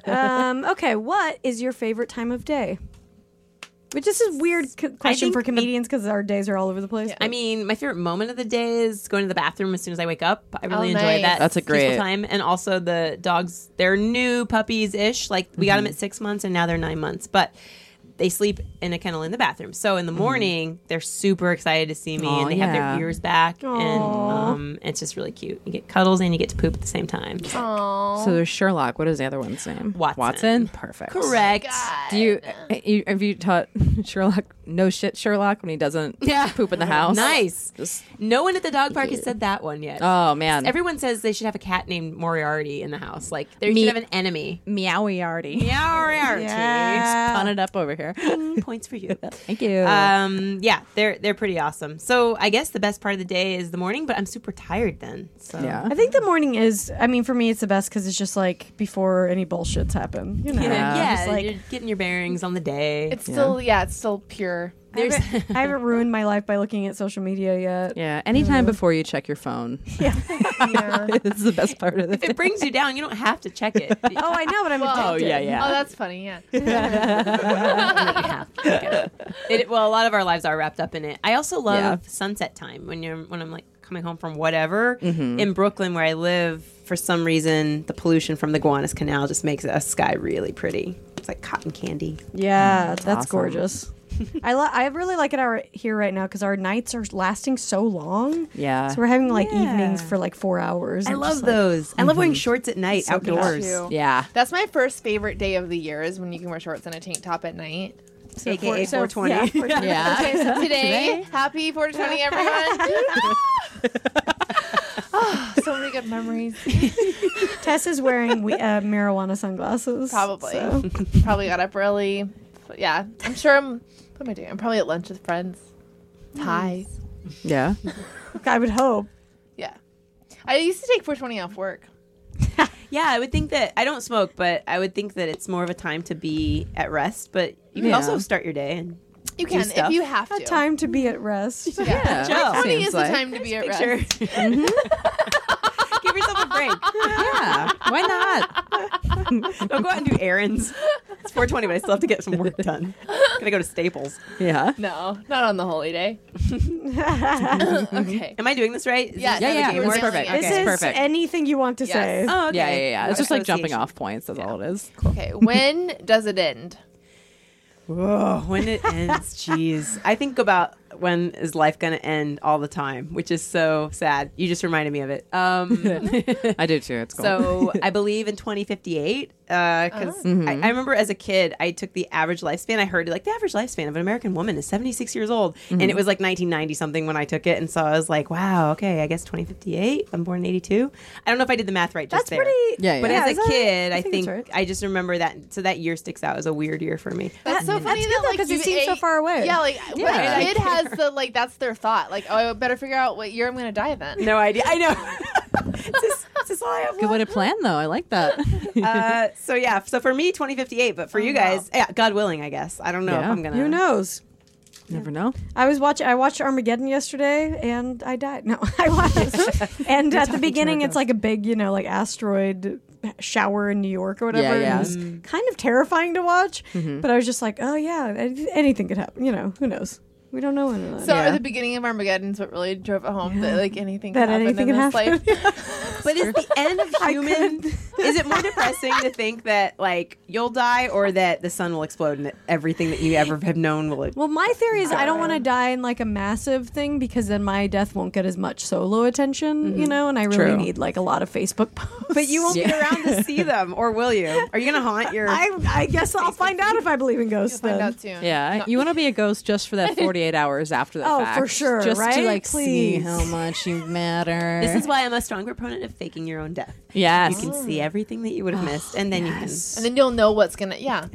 A: um, okay, what is your favorite time of day? Which this is a weird c- question
E: think
A: for
E: the-
A: comedians because our days are all over the place.
E: I mean, my favorite moment of the day is going to the bathroom as soon as I wake up. I really enjoy
C: nice.
E: that.
B: That's a
E: peaceful
B: great-
E: time. And also the dogs, they're new puppies ish. Like we
B: Mm-hmm.
E: got them at six months and now they're nine months, but they sleep in a kennel in the bathroom. So in the morning, they're super excited to see me
B: Mm-hmm. Aw,
E: and they
B: yeah.
E: have their ears back. And
A: Aw.
E: um, it's just really cute. You get cuddles and you get to poop at the same time.
C: Oh, Aw.
B: So there's Sherlock. What is the other one's name?
E: Watson.
B: Watson. Perfect. eh,
E: Correct.
B: Do you, you have you taught Sherlock no shit Sherlock when he doesn't
E: Yeah.
B: poop in the house.
E: Nice.
B: Just-
E: No one at the dog park has said that one yet.
B: oh man.
E: Everyone says they should have a cat named Moriarty in the house. Like they
B: Me-
E: should have an enemy.
B: meowiarty.
E: Moriarty.
B: Pun it up over here.
E: Points for you.
B: Uh, Thank you.
E: Um, yeah, they're they're pretty awesome. So I guess the best part of the day is the morning, but I'm super tired then. So
B: yeah.
A: I think the morning is. I mean, for me, it's the best because it's just like before any bullshits happen. You know,
E: You know,
B: Yeah.
E: yeah,
A: Just like-
E: you're getting your bearings on the day.
C: It's still yeah, it's still pure.
E: There's-
A: I, haven't, I haven't ruined my life by looking at social media yet.
B: yeah. Anytime before you check your phone
A: Yeah. Yeah.
B: is the best part of the
E: if it brings you down, you don't have to check it.
A: Oh, I know, but I'm.
C: Well,
A: addicted.
B: yeah, yeah.
C: Oh, that's funny. Yeah.
E: It- well, a lot of our lives are wrapped up in it. I also love
B: Yeah.
E: sunset time when you're when I'm like coming home from whatever
B: Mm-hmm.
E: in Brooklyn where I live. For some reason, the pollution from the Gowanus Canal just makes a sky really pretty. It's like cotton candy.
A: Yeah,
E: Mm,
A: that's
B: awesome.
A: gorgeous. I lo- I really like it our here right now because our nights are lasting so long.
B: Yeah.
A: So we're having like evenings
E: Yeah.
A: for like four hours.
E: I
A: I'm
E: love
A: just like-
E: those. I love
B: Mm-hmm.
E: wearing shorts at night
A: So good.
E: outdoors.
C: Too.
B: Yeah.
C: That's my first favorite day of the year is when you can wear shorts and a tank top at night.
A: so
E: AKA
A: four- so-
E: 420.
A: yeah, 420.
B: Yeah.
C: Okay, so today, happy 420, everyone. oh, so many good memories.
A: Tess is wearing we- uh, marijuana sunglasses.
C: Probably.
A: so.
C: Probably got up early. But yeah, I'm sure I'm. What am I doing? I'm probably at lunch with friends. Hi.
B: Yeah.
A: I would hope.
C: Yeah. I used to take 420 off work.
E: Yeah, I would think that I don't smoke, but I would think that it's more of a time to be at rest. But you can
B: Yeah.
E: also start your day and Do
C: You can if
E: stuff.
C: you have
A: A
C: to.
A: time to be at rest.
C: Yeah. yeah.
B: Joe.
C: Morning
B: Seems
C: is
B: like.
C: the time to be at rest.
E: picture. Give yourself a break.
B: Yeah. Why not?
E: Don't go out and do errands. It's 420, but I still have to get some work done. Gotta go to Staples.
B: Yeah.
C: No, not on the holy day. okay.
E: Am I doing this right? Is
C: Yeah,
E: this
C: yeah,
E: how the
C: yeah,
E: game
C: we're
E: works?
C: nailing it.
A: This
B: Okay.
A: is
B: Perfect.
A: anything you want to
C: Yes.
A: say.
E: Oh, okay.
B: Yeah, yeah, yeah. It's just like jumping
E: Association.
B: off points. That's all it is.
C: Okay. When does it end?
E: Whoa, Oh, when it ends, jeez. I think about when is life gonna end all the time, which is so sad. You just reminded me of it. Um,
B: I do too. It's cool.
E: so I believe in 2058, because
A: Oh.
E: I,
B: Mm-hmm.
E: I remember as a kid, I took the average lifespan. I heard like the average lifespan of an American woman is 76 years old, and
B: Mm-hmm.
E: it was like 1990 something when I took it, and so I was like, wow, okay, I guess 2058. I'm born in 82. I don't know if I did the math right. Just
A: That's
E: there.
A: pretty.
B: Yeah, yeah.
E: But
A: Yeah,
E: as
A: is
E: a
A: that-
E: kid,
A: I
E: I
A: think it's
E: think,
A: right.
E: I just remember that. So that year sticks out as a weird year for me.
C: That's so funny
A: good,
C: that
A: though,
C: like
A: 'cause it
C: you
A: seems so
C: ate-
A: far away.
C: Yeah, like when
B: Yeah.
C: a kid has the like that's their thought. Like, oh, I better figure out what year I'm gonna die then.
E: No idea. I know. is, this, is this all I have?
B: Good way to plan, though. I like that.
E: Uh, so yeah. So for me, 2058. But for
A: Oh,
E: you guys, yeah, God willing, I guess. I don't know if
B: Yeah.
E: I'm gonna.
A: Who knows?
B: Never know.
A: I was watching. I watched Armageddon yesterday, and I died. No, I watched. and at the beginning, it's like a big, you know, like asteroid shower in New York or whatever. and
B: yeah. Mm-hmm.
A: It was kind of terrifying to watch, but I was just like, oh yeah, any- anything could happen. You know, who knows? We don't know when. it'll
C: So
A: end.
C: at the beginning of Armageddon is what really drove it home that like anything
A: That
C: could happen
A: anything
C: in
A: could happen.
C: this life.
E: But is the end of human? is it more depressing to think that like you'll die, or that the sun will explode and that everything that you ever have known will?
A: well, my theory is I don't want to die in like a massive thing because then my death won't get as much solo attention, you know, and I really
B: Mm-hmm. True.
A: need like a lot of Facebook posts.
E: but you won't be around to see them, or will you? Are you gonna haunt your?
A: I, I guess I'll find out if I believe in ghosts.
C: You'll find
A: then.
C: out soon.
B: Yeah, you want to be a ghost just for that 48 hours after the
A: Oh,
B: fact.
A: for sure,
B: Just to
A: right?
B: like see
A: Please.
B: how much you matter.
E: this is why I'm a strong proponent of faking your own death. You
B: yes.
E: can see everything that you would have missed, and then
C: And then you'll know what's gonna. Yeah.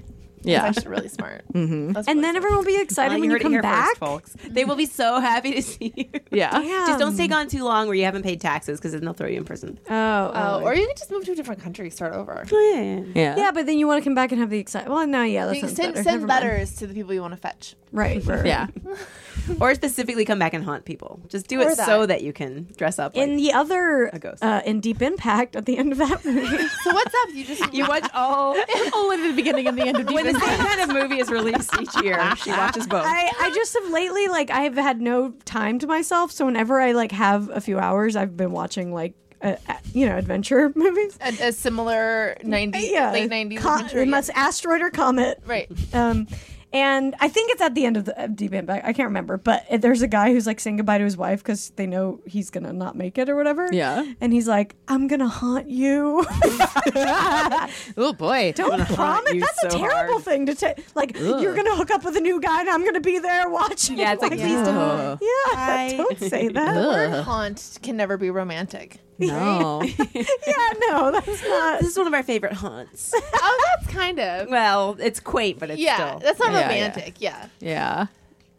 B: Yeah.
C: That's actually really smart. Mm-hmm.
A: And then everyone will be excited
B: Uh,
E: you
A: when
E: can.
A: you come back.
E: folks. They will be so happy to see you.
B: Yeah.
E: Just don't
A: Damn.
E: stay gone too long where you haven't paid taxes because then they'll throw you in prison.
A: Oh,
C: Oh, or you can just move to a different country, start over.
E: Oh, Yeah.
B: Yeah.
A: yeah, but then you want to come back and have the excitement. Well, no, yeah, that
C: You can
A: sounds
C: send
A: better.
C: send
A: Never mind.
C: letters to the people you want to fetch.
A: right? right, right.
B: Yeah.
E: Or specifically come back and haunt people. Just do
C: Or
E: it so
C: that.
E: that you can dress up. Like,
A: In the other,
E: A ghost.
A: uh, in Deep Impact, at the end of that movie,
C: So what's up? You just
E: you watch all.
B: Only Oh, the beginning and the end of
E: when the same kind of movie is released each year, she watches both.
A: I, I just have lately like I have had no time to myself. So whenever I like have a few hours, I've been watching like uh, uh, you know adventure movies.
C: a, a similar 90s,
A: Yeah,
C: late 90s.
A: Co-
C: adventure, yeah.
A: unless asteroid or comet.
C: Right.
A: Um, And I think it's at the end of the uh, Deep Impact. I can't remember, but it- there's a guy who's like saying goodbye to his wife because they know he's gonna not make it or whatever.
B: Yeah.
A: And he's like, "I'm gonna haunt you."
B: Oh boy.
A: Don't promise.
E: you
A: That's
E: so
A: a terrible
E: hard.
A: thing to take. Like you're gonna hook up with a new guy, and I'm gonna be there watching.
E: Yeah, it's like, please
B: don't.
A: Yeah,
C: I-
A: don't say that.
C: The word haunt can never be romantic.
B: No.
A: yeah, no, that's not.
E: This is one of our favorite haunts.
C: oh, that's kind of.
E: well, it's quaint, but it's
C: Yeah,
E: still.
C: that's not
B: Yeah, yeah.
C: romantic. Yeah.
B: yeah.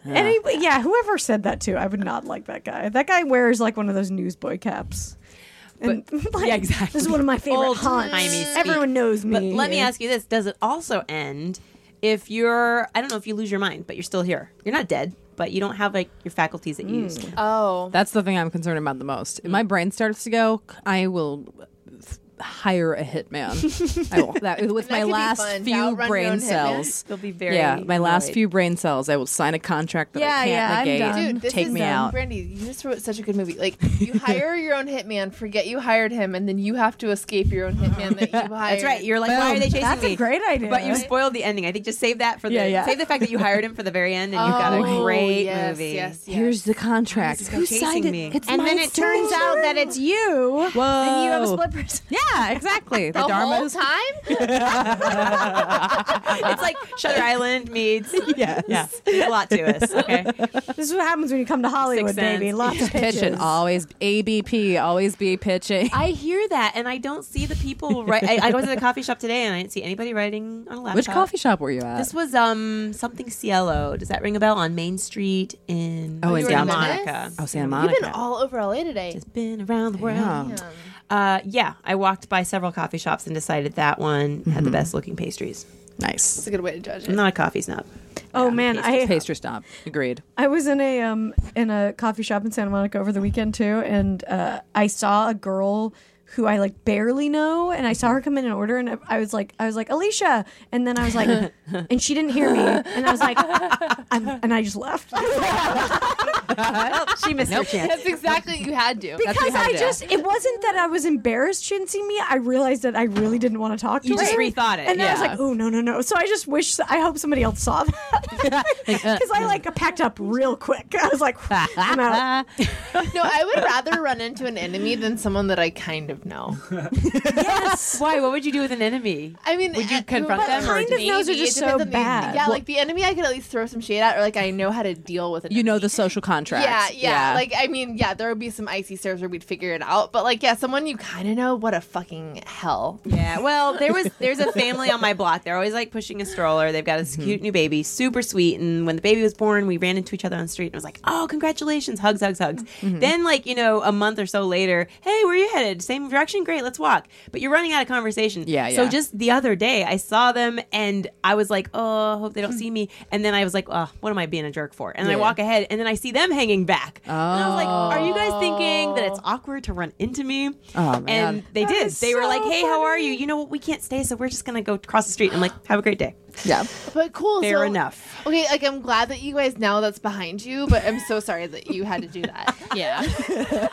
A: Any, yeah, whoever said that to, I would not like that guy. That guy wears like one of those newsboy caps. And, like,
E: yeah, exactly.
A: This is one of my favorite haunts.
E: Old-timey speak.
A: Everyone knows me.
E: But let me ask you this: Does it also end if you're? I don't know if you lose your mind, but you're still here. You're not dead, but you don't have like your faculties that you used.
C: Oh.
B: That's the thing I'm concerned about the most. If my brain starts to go, I will hire a hitman. I will, that, with
C: That
B: my
C: could be
B: last
C: fun, to
B: few
C: outrun your own
B: brain
C: hitman.
B: cells.
E: They'll be very.
B: yeah, my last
E: annoyed.
B: few brain cells. I will sign a contract that
A: Yeah,
B: I can't
A: yeah, I'm
B: negate.
A: done.
C: Dude, this
B: Take
C: is,
B: me
C: um,
B: out.
C: Brandy, you just wrote such a good movie. Like, you hire your own hitman, forget you hired him, and then you have to escape your own hitman that you hired.
E: That's right. You're like, why are they chasing
A: That's
E: me?
A: a great idea.
E: But you spoiled the ending. I think just save that for the
B: Yeah, yeah.
E: save the fact that you hired him for the very end, and
C: Oh,
E: you've got a great
C: yes,
E: movie.
C: Yes, yes.
B: Here's the contract.
E: Go
B: Who
E: chasing
B: signed it?
E: me.
B: It's
F: and then it turns out that it's you.
B: Whoa.
F: And you have a
A: Oh.
F: split person.
B: Yeah, exactly. The,
C: the
B: Dharma
C: whole
B: is
C: time?
E: it's like Shutter Island meets.
B: Yes.
E: Yeah, there's a lot to us. Okay,
A: this is what happens when you come to Hollywood,
E: Sense.
A: baby. Lots of pitches.
B: pitching. Always ABP. Always be pitching.
E: I hear that, and I don't see the people. Right, I, I was at a coffee shop today, and I didn't see anybody writing on a laptop.
B: Which coffee shop were you at?
E: This was um something Cielo. Does that ring a bell on Main Street in
B: Oh, in
E: Santa
B: Santa
E: Monica?
B: oh, Santa
C: You've
B: Monica.
C: been all over LA today.
E: Just been around the world.
B: Yeah.
C: Damn.
E: Uh, yeah, I walked by several coffee shops and decided that one had
B: Mm-hmm.
E: the best looking pastries.
B: nice.
C: That's a good way to judge it.
E: I'm not a coffee snob.
A: Oh man, I
B: Pastry stop. Agreed.
A: I was in a um in a coffee shop in Santa Monica over the weekend too, and uh, I saw a girl who I like barely know, and I saw her come in and order, and I, I was like, I was like Alicia, and then I was like, and she didn't hear me, and I was like, I'm, and I just left.
E: She missed her chance.
C: That's exactly what you had to.
B: That's what
A: because
B: you had
A: I
B: to do.
A: just it wasn't that I was embarrassed she didn't see me. I realized that I really didn't want to talk to
E: You
A: her.
E: just rethought it,
A: and then I was
B: yeah.
A: like, oh no no no. So I just wish I hope somebody else saw that
E: uh,
A: because
E: mm.
A: I like packed up real quick. I was like, I'm out.
C: No, I would rather run into an enemy than someone that I kind of know.
A: Yes.
E: Why? What would you do with an enemy?
C: I mean,
E: Would you
C: uh,
E: confront
C: but
E: them or
C: kind
A: do
C: of
A: you-
C: knows are
A: Maybe.
C: just
A: It
C: so
A: depends on the
C: bad.
A: enemy.
C: yeah, like the enemy, I could at least throw some shade at, or like I know how to deal with it.
B: You know the social contract.
C: Yeah, yeah, Like I mean, yeah, there would be some icy stairs where we'd figure it out, but like, yeah, someone you kind of know, what a fucking hell.
E: Yeah, well, there was there's a family on my block. They're always like pushing a stroller. They've got this
B: Mm-hmm.
E: cute new baby, super sweet. And when the baby was born, we ran into each other on the street and it was like, "Oh, congratulations, hugs, hugs, hugs."
B: Mm-hmm.
E: Then, like you know, a month or so later, "Hey, where are you headed? Same direction? Great, let's walk." But you're running out of conversation.
B: Yeah,
E: So
B: yeah.
E: just the other day, I saw them and I was like, "Oh, I hope they don't see me." And then I was like, "Oh, what am I being a jerk for?" And I
B: Hmm. Yeah.
E: walk ahead and then I see them hanging back. And I was like, "Are you guys thinking that it's awkward to run into me?"
B: Oh, man.
E: And they did. They were like, "Hey, how are you? You know what? We can't stay, so we're just gonna go cross the street." I'm like, "Have a great day."
B: yeah.
C: But cool.
E: Fair
C: so-
E: enough.
C: Okay, like I'm glad that you guys know that's behind you, but I'm so sorry that you had to do that.
D: Yeah.
E: I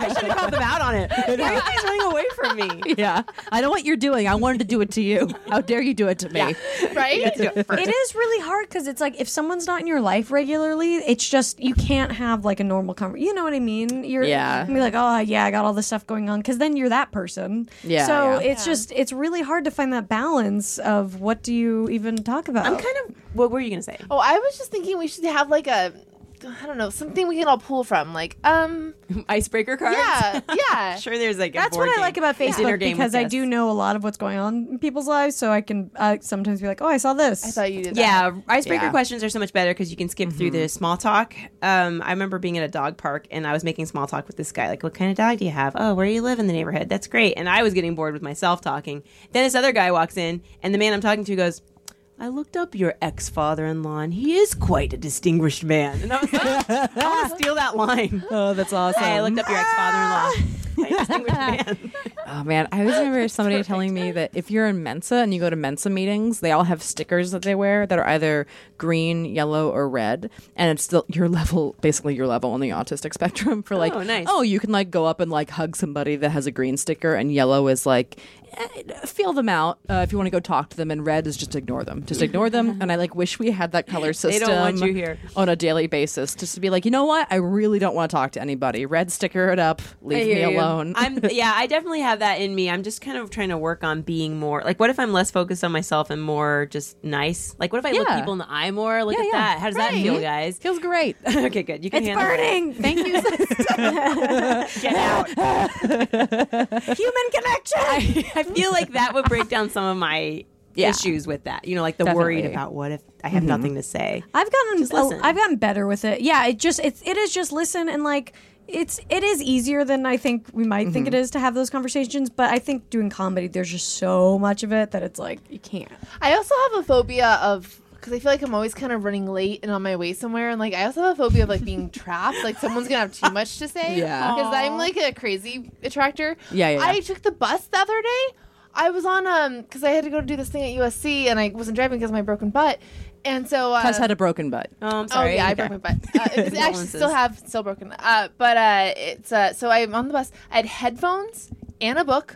E: should have called them out on it. Why are you guys running away from me?
B: Yeah. I know what you're doing. I wanted to do it to you. How dare you do it to me?
C: Right?
A: It is really hard because it's like if someone's not in your life regularly, it's just you can't have like a normal conversation. You know what I mean? You're
B: Yeah.
A: you can be like, oh yeah, I got all this stuff going on because then you're that person.
B: Yeah,
A: So
B: yeah.
A: it's just it's really hard to find that balance of what do you even talk about.
E: I'm kind of. What were you gonna say?
C: Oh, I was just thinking we should have like a, I don't know, something we can all pull from. Like, um,
E: Icebreaker cards.
C: yeah, yeah.
E: Sure, there's like a
A: That's
E: board
A: what I
E: game.
A: like about
E: A dinner
A: Facebook
E: game
A: because
E: with
A: I do
E: guests.
A: know a lot of what's going on in people's lives, so I can uh, sometimes be like, "Oh, I saw this."
C: I thought you did that.
E: Yeah, icebreaker
B: Yeah. Mm-hmm.
E: questions are so much better because you can skip through the small talk. Um, I remember being at a dog park and I was making small talk with this guy, like, "What kind of dog do you have? Oh, where do you live in the neighborhood? That's great." And I was getting bored with myself talking. Then this other guy walks in, and the man I'm talking to goes. I looked up your ex father-in-law, and he is quite a distinguished man. And I was like, I want to steal that line.
B: Oh, that's awesome.
E: Hey, I looked up your ex father-in-law. Quite a distinguished man.
B: Oh man, I always remember somebody telling me that if you're in Mensa and you go to Mensa meetings, they all have stickers that they wear that are either green, yellow, or red, and it's still your level, basically your level on the autistic spectrum for like,
E: Oh, nice.
B: you can like go up and like hug somebody that has a green sticker, and yellow is like, eh, feel them out uh, if you want to go talk to them. And red is just ignore them, just ignore them. And I like wish we had that color
E: They
B: system
E: don't want you here.
B: on a daily basis, just to be like, you know what, I really don't want to talk to anybody. Red sticker it up, leave me alone.
E: I'm yeah, I definitely have that in me. I'm just kind of trying to work on being more like what if I'm less focused on myself and more just nice? Like what if I look
B: Yeah.
E: people in the eye more? Look
B: Yeah,
E: at
B: yeah.
E: that. How does that feel, guys?
B: Feels great.
E: okay, good. You can
A: It's
E: handle it.
A: burning. Thank you.
E: Get out.
A: Human connection.
E: I feel like that would break down some of my issues with that. You know, like the worried
B: Definitely.
E: about what if I have nothing to say.
A: I've gotten
E: Just listen.
A: I've gotten better with it. Yeah, it just it's it is just listen and like it's it is easier than I think we might think it is to have those conversations, but I think doing comedy there's just so much of it that it's like you can't.
C: I also have a phobia of because I feel like I'm always kind of running late and on my way somewhere, and like I also have a phobia of like being trapped. Like someone's gonna have too much to say.
B: Yeah.
C: because I'm like a crazy attractor.
B: Yeah, yeah, yeah.
C: I took the bus the other day. I was on um because I had to go do this thing at USC and I wasn't driving because of my broken butt, and so uh,
B: Plus, had a broken butt.
E: Oh, I'm
C: Oh
E: sorry.
C: yeah, I
E: Okay.
C: broke my butt. Uh, it's actually
E: Condolences.
C: still have still broken. Uh, but uh, it's uh, so I'm on the bus. I had headphones and a book.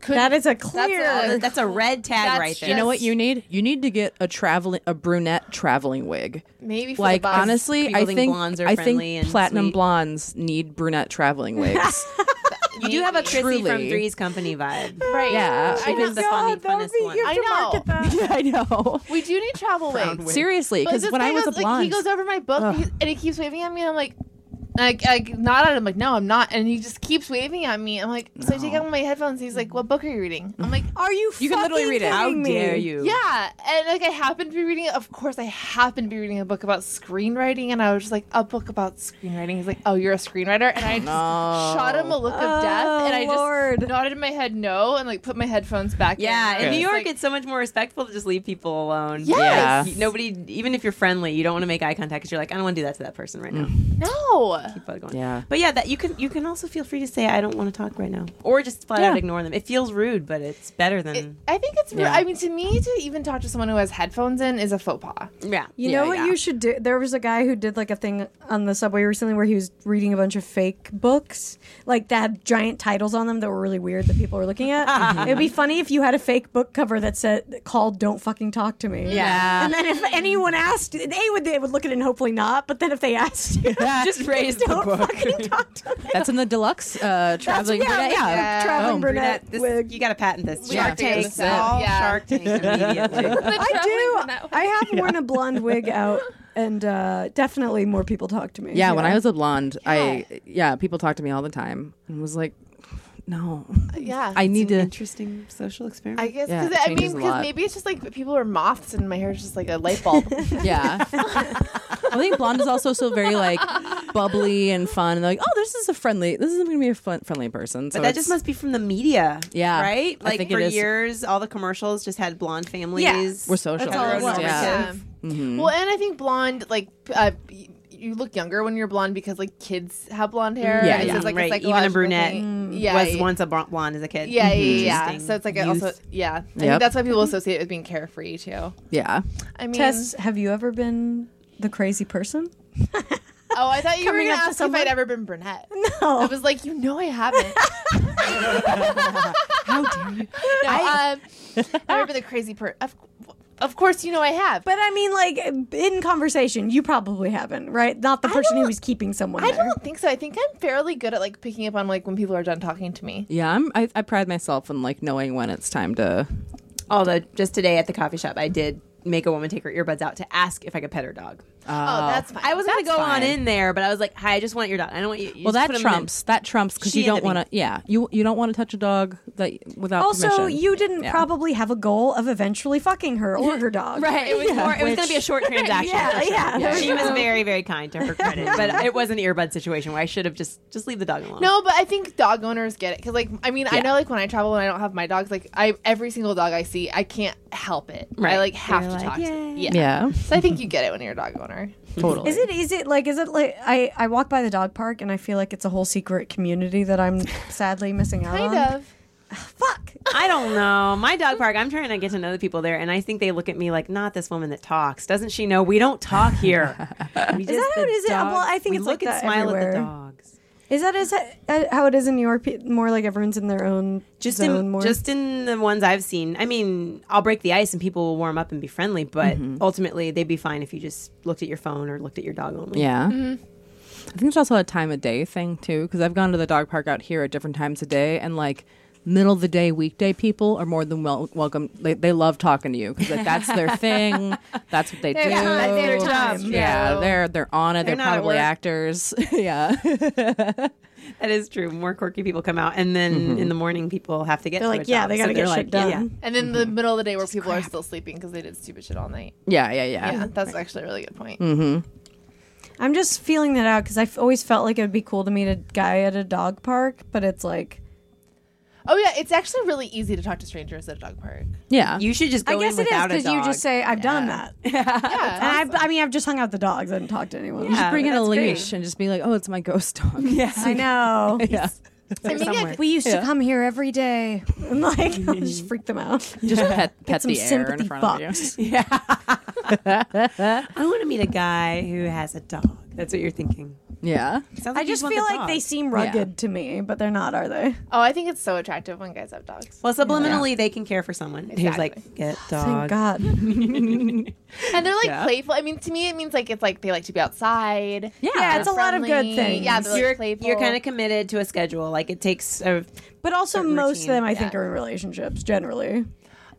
C: Could,
A: That is a
C: that's uh,
A: clear
C: a-
E: That's a red tag
C: That's
E: right there.
B: You know what
C: Yes.
B: you need? You need to get a traveling a brunette traveling wig.
C: maybe for
B: like
C: the bus.
B: honestly,
E: People
B: I
E: think
B: think
E: blondes are
B: I
E: friendly
B: think
E: and
B: platinum
E: sweet.
B: blondes need brunette traveling wigs.
E: you do have a Chrissy from
B: Truly.
E: Three's Company vibe.
C: right?
B: Yeah.
E: She
C: I know.
E: was the funny,
A: that would
E: funnest
A: be-
E: one.
A: you have
C: I
A: to
C: know.
A: market that.
B: yeah, I know.
C: We do need travel wigs.
B: Seriously,
C: But
B: because
C: this
B: when
C: guy
B: I was a
C: goes,
B: blonde,
C: like, he goes over my book he- and he keeps waving at me. And I'm like, I, I nod at him like, no, I'm not. And he just keeps waving at me. I'm like, so I take out my headphones. And he's like, what book are you reading? I'm like,
A: Are you
B: You can literally
A: fucking
B: read it.
E: How
A: kidding me?
E: dare you?
C: Yeah, and like I happened to be reading, of course, I happened to be reading a book about screenwriting, and I was just like, a book about screenwriting. He's like, oh, you're a screenwriter, and I just shot him a look of death,
A: Oh,
C: and I
A: Lord.
C: just nodded my head no, and like put my headphones back.
E: Yeah,
C: in,
E: in New York,
C: like,
E: it's so much more respectful to just leave people alone.
C: Yes.
E: Like, nobody, even if you're friendly, you don't want to make eye contact because you're like, I don't want to do that to that person right now.
C: no.
E: Keep that going.
B: Mm. Yeah.
E: but yeah, that you can you can also feel free to say I don't want to talk right now, or just flat out
B: Yeah.
E: ignore them. It feels rude, but it's better than
B: Mm-hmm.
C: I think it's. re- I mean, to me, to even talk to someone who has headphones in is a faux pas.
E: yeah.
A: You
E: Yeah,
A: know what
E: yeah.
A: you should do? There was a guy who did like a thing on the subway recently where he was reading a bunch of fake books, like that had giant titles on them that were really weird that people were looking at. It'd be funny if you had a fake book cover that said called "Don't fucking talk to me."
E: Yeah.
A: and then if anyone asked, they would they would look at it and hopefully not. But then if they asked you,
E: just raise the
A: don't
E: book.
A: fucking talk to me.
B: that's in the deluxe uh,
A: That's,
B: traveling. brunette,
A: yeah,
B: yeah.
A: traveling
B: Oh,
A: brunette
E: Brunette, this-
A: wig.
E: you got to patent this.
C: We
E: Shark
C: have to figure
E: Tank.
C: this out.
E: all
C: Yeah.
E: Shark Tank immediately.
A: I do.
C: brunette
A: I have worn a blonde wig out, and uh, definitely more people talk to me.
B: Yeah, when I was a blonde, I yeah, people talked to me all the time and was like, no,
C: Yeah,
B: I need to.
E: Interesting social experiment.
C: I guess
B: Yeah,
C: because
B: it
C: I mean,
B: changes a
C: because
B: lot.
C: maybe it's just like people are moths, and my hair is just like a light bulb.
B: Yeah. I think blonde is also so very like bubbly and fun. And like, oh, this is a friendly, this is going to be a fun, friendly person. So
E: but that just
B: it's-
E: must be from the media,
B: Yeah,
E: right?
B: I
E: Like
B: think it
E: for
B: is.
E: years, all the commercials just had blonde families.
B: We're social.
A: That's all it was,
B: Yeah.
C: Yeah.
B: Mm-hmm.
C: Well, and I think blonde, like, uh, y- you look younger when you're blonde because, like, kids have blonde hair.
B: Yeah,
C: and
B: yeah. Mm.
C: It's like
E: Right, even
C: a
E: a
C: psychological
E: brunette
C: thing. Yeah.
E: was
C: yeah,
E: once a bron- blonde as a kid.
C: Yeah, yeah, yeah.
E: Interesting.
C: So it's like a also, yeah. I think
B: Mm-hmm. Yep.
C: that's why people associate it with being carefree too.
B: Yeah.
C: I mean,
A: Tess, have you ever been the crazy person?
C: oh, I thought you were
A: coming
C: gonna
A: up to
C: ask if
A: someone-
C: I'd ever been brunette. I
A: No.
C: was like, you know, I haven't.
B: How dare you?
C: No, I, um, I've never been the crazy person. Of, of course, you know I have.
A: But I mean, like in conversation, you probably haven't, right? Not the person who was keeping someone.
C: I
A: there.
C: don't think so. I think I'm fairly good at like picking up on like when people are done talking to me.
B: Yeah, I'm, I, I pride myself on like knowing when it's time to.
E: Although just today at the coffee shop, I did make a woman take her earbuds out to ask if I could pet her dog.
C: oh, that's fine.
E: I was gonna
C: That's
E: go on
B: fine.
E: in there, but I was like, "Hi, I just want your dog. I don't want you." you
B: Well,
E: just
B: that
E: put 'em in."
B: trumps. That trumps because
E: She
B: you don't
E: ended me.
B: want to. Yeah, you you don't want to touch a dog that without
A: Also,
B: permission.
A: you didn't probably have a goal of eventually fucking her or her dog.
E: Right. It was more. It was gonna be a short transaction.
A: Yeah,
E: for sure.
A: yeah.
E: She was very, very kind to her credit, but it was an earbud situation where I should have just just leave the dog alone.
C: No, but I think dog owners get it because, like, I mean, I know, like, when I travel and I don't have my dogs, like, I every single dog I see, I can't help it. I
E: Right.
C: like have
E: You're
C: to
E: like,
C: talk to them. Yeah.
B: Yeah,
C: So I think you get it when you're a dog owner.
B: totally.
A: Is it? Is it like? Is it like? I I walk by the dog park and I feel like it's a whole secret community that I'm sadly missing out on.
C: Kind of.
A: Fuck.
E: I don't know. My dog park, I'm trying to get to know the people there, and I think they look at me like, not this woman that talks. Doesn't she know we don't talk here? We
A: Is that how it is? It- well, I think
E: we
A: it's like
E: look and
A: that
E: smile at
A: everywhere.
E: the dogs.
A: Is that is that, uh, how it is in New York? Pe- More like everyone's in their own
E: just
A: zone
E: in
A: more.
E: just in the ones I've seen. I mean, I'll break the ice and people will warm up and be friendly, but
A: Mm-hmm.
E: ultimately they'd be fine if you just looked at your phone or looked at your dog only.
B: Yeah. I think it's also a time of day thing too, because I've gone to the dog park out here at different times of day, and like middle of the day weekday people are more than wel- welcome. They, they love talking to you because like, that's their thing. That's what they do.
F: time, their
B: Yeah, they're they're on it. They're,
E: not at
B: probably
E: work.
B: actors. yeah.
E: That is true. More quirky people come out, and then in the morning people have to get.
A: Mm-hmm. They're
E: to a
A: like, yeah,
E: job.
A: they
E: So
A: gotta get
E: they're
A: shit
E: like,
A: done.
E: Yeah.
C: And then
A: Mm-hmm.
C: the middle of the day where people are still sleeping because they did stupid shit all night.
B: Yeah. Yeah. Yeah.
C: Yeah, that's actually a really good point.
A: Mm-hmm. I'm just feeling that out because I've always felt like it would be cool to meet a guy at a dog park, but it's like
C: Oh yeah, it's actually really easy to talk to strangers at a dog park.
B: Yeah.
E: You should just. Go
A: I guess
E: in
A: it is
E: without a
A: because you
E: dog.
A: just say I've done that,
C: Yeah,
A: and I, I mean I've just hung out with the dogs. I haven't talked to anyone.
E: Yeah,
B: Bring in a
E: that's great.
B: leash and just be like, oh, it's my ghost dog. Yeah.
A: I know.
B: yeah.
C: I mean, yeah,
A: We used to come here every day, and like I'll just freak them out.
B: Just pet, pet
A: some
B: the air in
A: sympathy
B: front
A: fucks.
B: of you.
E: I want to meet a guy who has a dog. That's what you're thinking.
B: Yeah.
E: Sounds
A: I
E: like you
A: just
E: want
A: feel
E: the
A: like
E: dog.
A: they seem rugged to me, but they're not, are they?
C: Oh, I think it's so attractive when guys have dogs.
E: Well, subliminally, they can care for someone. He was like, get
A: Thank
E: dog.
A: God.
C: And they're like playful. I mean, to me, it means like it's like they like to be outside.
A: Yeah, it's a lot of good
C: friendly.
A: things.
C: Yeah, they're like,
E: You're,
C: playful.
E: you're kind of committed to a schedule. Like it takes a
A: But also,
E: Certain
A: most
E: routine,
A: of them I think are in relationships generally.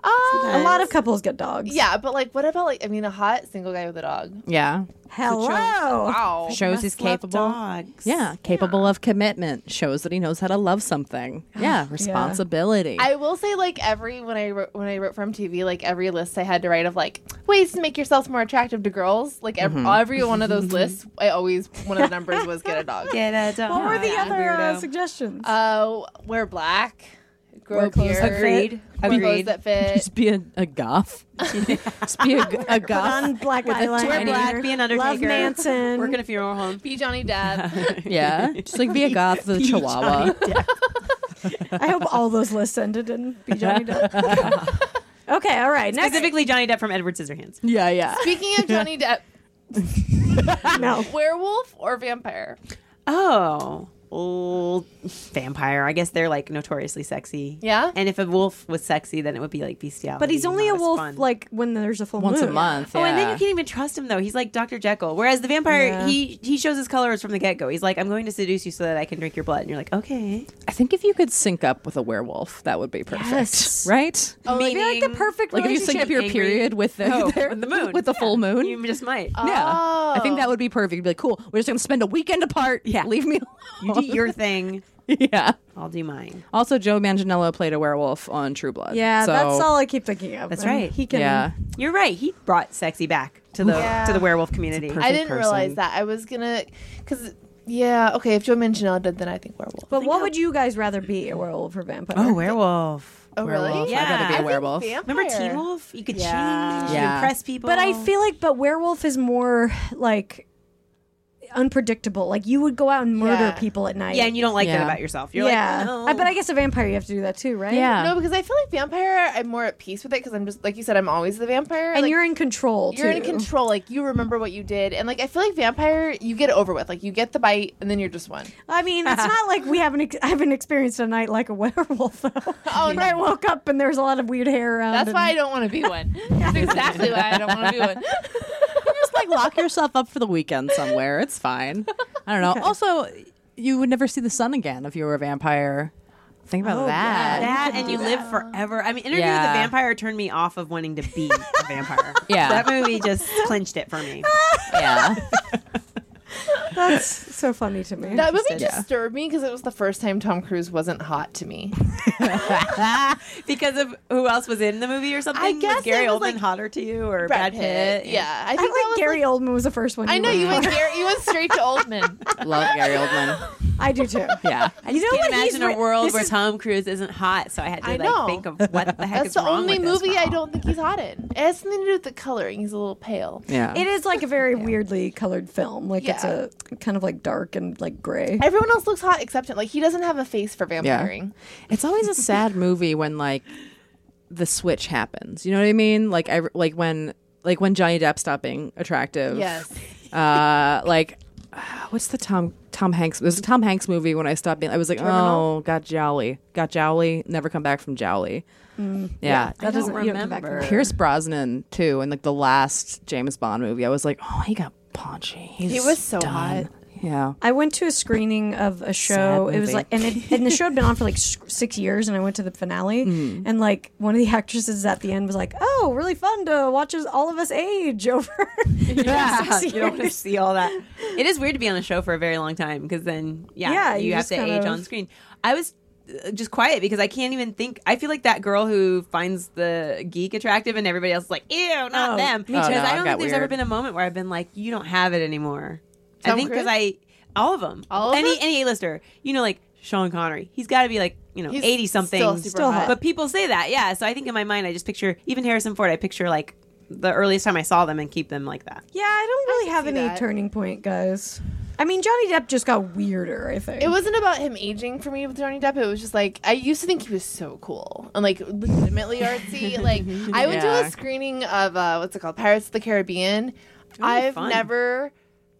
C: Uh,
A: "Ah, A lot of couples get dogs.
C: yeah, but like, what about like? I mean, a hot single guy with a dog.
B: Yeah.
A: Hello.
C: Wow.
B: Shows he's capable.
E: dogs.
B: Yeah, capable of commitment shows that he knows how to love something. Yeah, responsibility.
C: I will say, like every when I wrote, when I wrote for MTV, like every list I had to write of like ways to make yourself more attractive to girls. Like ev- every one of those lists, I always one of the numbers was get a dog.
E: Get a dog.
A: What were the other uh, suggestions?
C: Uh, wear black, grow
B: Wear clothes
C: beard,
B: that
E: Agreed.
C: wear
E: Agreed.
C: clothes that fit.
B: just be a, a goth. just be a, a
A: Put
B: goth.
A: on black eyeliner.
E: Wear black, be an undertaker.
A: Love Manson.
E: Work at a funeral home.
C: Be Johnny Depp.
B: Yeah, just like be a goth with a chihuahua.
A: I hope all those lists ended in be Johnny Depp. okay, all right. Next,
E: Specifically, Johnny Depp from Edward Scissorhands.
B: Yeah, yeah.
C: Speaking of Johnny Depp,
A: no.
C: werewolf or vampire?
E: Oh, old vampire. I guess they're like notoriously sexy.
C: Yeah?
E: And if a wolf was sexy, then it would be like bestiality.
A: But he's only
E: not
A: a
E: as
A: wolf
E: fun.
A: like when there's a full
B: Once a
A: moon.
B: month.
E: Oh, and then
B: yeah.
E: you can't even trust him though. He's like Dr. Jekyll. Whereas the vampire, he he shows his colors from the get go. He's like, I'm going to seduce you so that I can drink your blood. And you're like, okay.
B: I think if you could sync up with a werewolf, that would be perfect,
A: Yes.
B: right?
E: Oh,
A: It'd be like the perfect
B: Like if you
A: relationship.
B: sync up your
E: angry.
B: period with the,
E: Oh,
B: their-
E: with the moon.
B: with the full moon.
E: You just might.
B: yeah, I think that would be perfect. You'd be like, cool. We're just gonna spend a weekend apart.
E: Yeah.
B: leave me
E: You do your thing.
B: alone. yeah.
E: I'll do mine.
B: Also, Joe Manganiello played a werewolf on True Blood.
A: yeah,
B: so-
A: that's all I keep thinking of.
E: That's
A: And
E: right.
A: He can.
B: Yeah,
E: You're right. He brought sexy back to the to the werewolf community.
C: I didn't realize that. I was gonna, cause yeah, okay. If Joe Manganiello did, then I think werewolf.
A: But what would you guys rather be, a werewolf or vampire?
E: Oh, werewolf.
C: oh
B: werewolf.
C: really?
E: Yeah.
B: I'd rather be
E: I
B: a
E: think
B: werewolf.
E: Remember Teen Wolf? You could change.
B: Yeah.
E: You impress people.
A: But I feel like, but werewolf is more like unpredictable. Like you would go out and murder
C: Yeah.
A: people at night.
E: Yeah, and you don't like that
B: Yeah.
E: about yourself. You're
A: yeah.
E: like, no.
A: I, but I guess a vampire you have to do that too, right?
B: yeah.
C: No, because I feel like vampire. I'm more at peace with it because I'm just like you said. I'm always the vampire,
A: And
C: like,
A: you're in control.
C: you're in
A: too.
C: control. Like you remember what you did, and like I feel like vampire, you get it over with. Like you get the bite, and then you're just one.
A: I mean, it's not like we haven't ex- I haven't experienced a night like a werewolf though. Oh,
C: no.
A: I woke up and there was a lot of weird hair around.
C: That's
A: and-
C: why I don't want to be one. That's exactly why I don't want to be one.
B: just like lock yourself up for the weekend somewhere. It's fine. I don't know. Also, you would never see the sun again if you were a vampire. Think about that.
E: that and you live forever. I mean, Interview with
B: Yeah.
E: the Vampire turned me off of wanting to be a vampire.
B: Yeah.
E: that movie just clinched it for me.
B: Yeah.
A: That's so funny to me.
C: That movie disturbed me because it was the first time Tom Cruise wasn't hot to me.
E: because of who else was in the movie or something.
C: I guess
E: was Gary
C: it was,
E: Oldman
C: like,
E: hotter to you or
C: Brad
E: Brad, Pitt?
C: Yeah, I
A: I
C: think
A: think
C: that was
A: like Gary Oldman was the first one.
C: I know you
A: went
C: went
A: for.
C: Gary, you went straight to Oldman.
B: Love Gary Oldman.
A: I do too.
B: Yeah.
E: I just
A: know
E: can't
A: what? He's
E: imagine a
A: re-
E: world
A: this
E: where
A: is-
E: Tom Cruise isn't hot, so I had to
C: I know.
E: like think of what the heck
C: That's
E: is
C: the
E: wrong
C: only
E: with this
C: movie I
E: girl.
C: don't think he's hot in. It has something to do with the coloring. He's a little pale.
B: Yeah.
A: It is like a very weirdly colored film. Like it's
C: Yeah.
A: a kind of like dark and like gray.
C: Everyone else looks hot except him. Like he doesn't have a face for vampiring.
B: It's always a sad movie when like the switch happens. You know what I mean? Like I like when like when Johnny Depp stopped being attractive.
C: Yes.
B: Uh, like uh, what's the Tom Tom Hanks. There's a Tom Hanks movie when I stopped being. I was like, oh, got Jowly, got Jowly. Never come back from Jowly. Mm, yeah,
A: That doesn't you don't come back from
E: remember.
A: that.
B: Pierce Brosnan too, in like the last James Bond movie. I was like, oh, he got paunchy. He's
C: He was so
B: done.
C: hot.
B: Yeah.
A: I went to a screening of a show.
B: Sad
A: It was
B: movie.
A: like, and it, and the show had been on for like s- six years, and I went to the finale,
B: Mm-hmm.
A: and like one of the actresses at the end was like, "Oh, really fun to watch us all of us age over."
E: Yeah,
A: six
E: you don't want to
A: years.
E: see all that. It is weird to be on a show for a very long time because then, yeah,
A: Yeah,
E: you,
A: you
E: have
A: just
E: to
A: kind
E: age
A: of-
E: on screen. I was uh, just quiet because I can't even think. I feel like that girl who finds the geek attractive and everybody else is like, ew, not
A: Oh,
E: them.
A: me
E: Because
B: too. Oh, no,
E: I
B: I've
E: don't
B: got
E: think there's ever
B: weird.
E: been a moment where I've been like, you don't have it anymore. I
C: Tom
E: think because
C: Cruise?
E: I, all of them,
C: All of
E: any
C: them?
E: any A-lister, you know, like Sean Connery, he's got to be like, you know,
C: He's
E: eighty something,
C: still super Still hot. hot.
E: but people say that, yeah. So I think in my mind, I just picture even Harrison Ford. I picture like the earliest time I saw them and keep them like that.
A: yeah, I don't really have
C: see
A: any
C: that.
A: turning point, guys. I mean, Johnny Depp just got weirder. I think
C: It wasn't about him aging for me with Johnny Depp. It was just like I used to think he was so cool and like legitimately artsy. like I went to
B: Yeah.
C: a screening of uh, what's it called, Pirates of the Caribbean. I've
E: fun.
C: never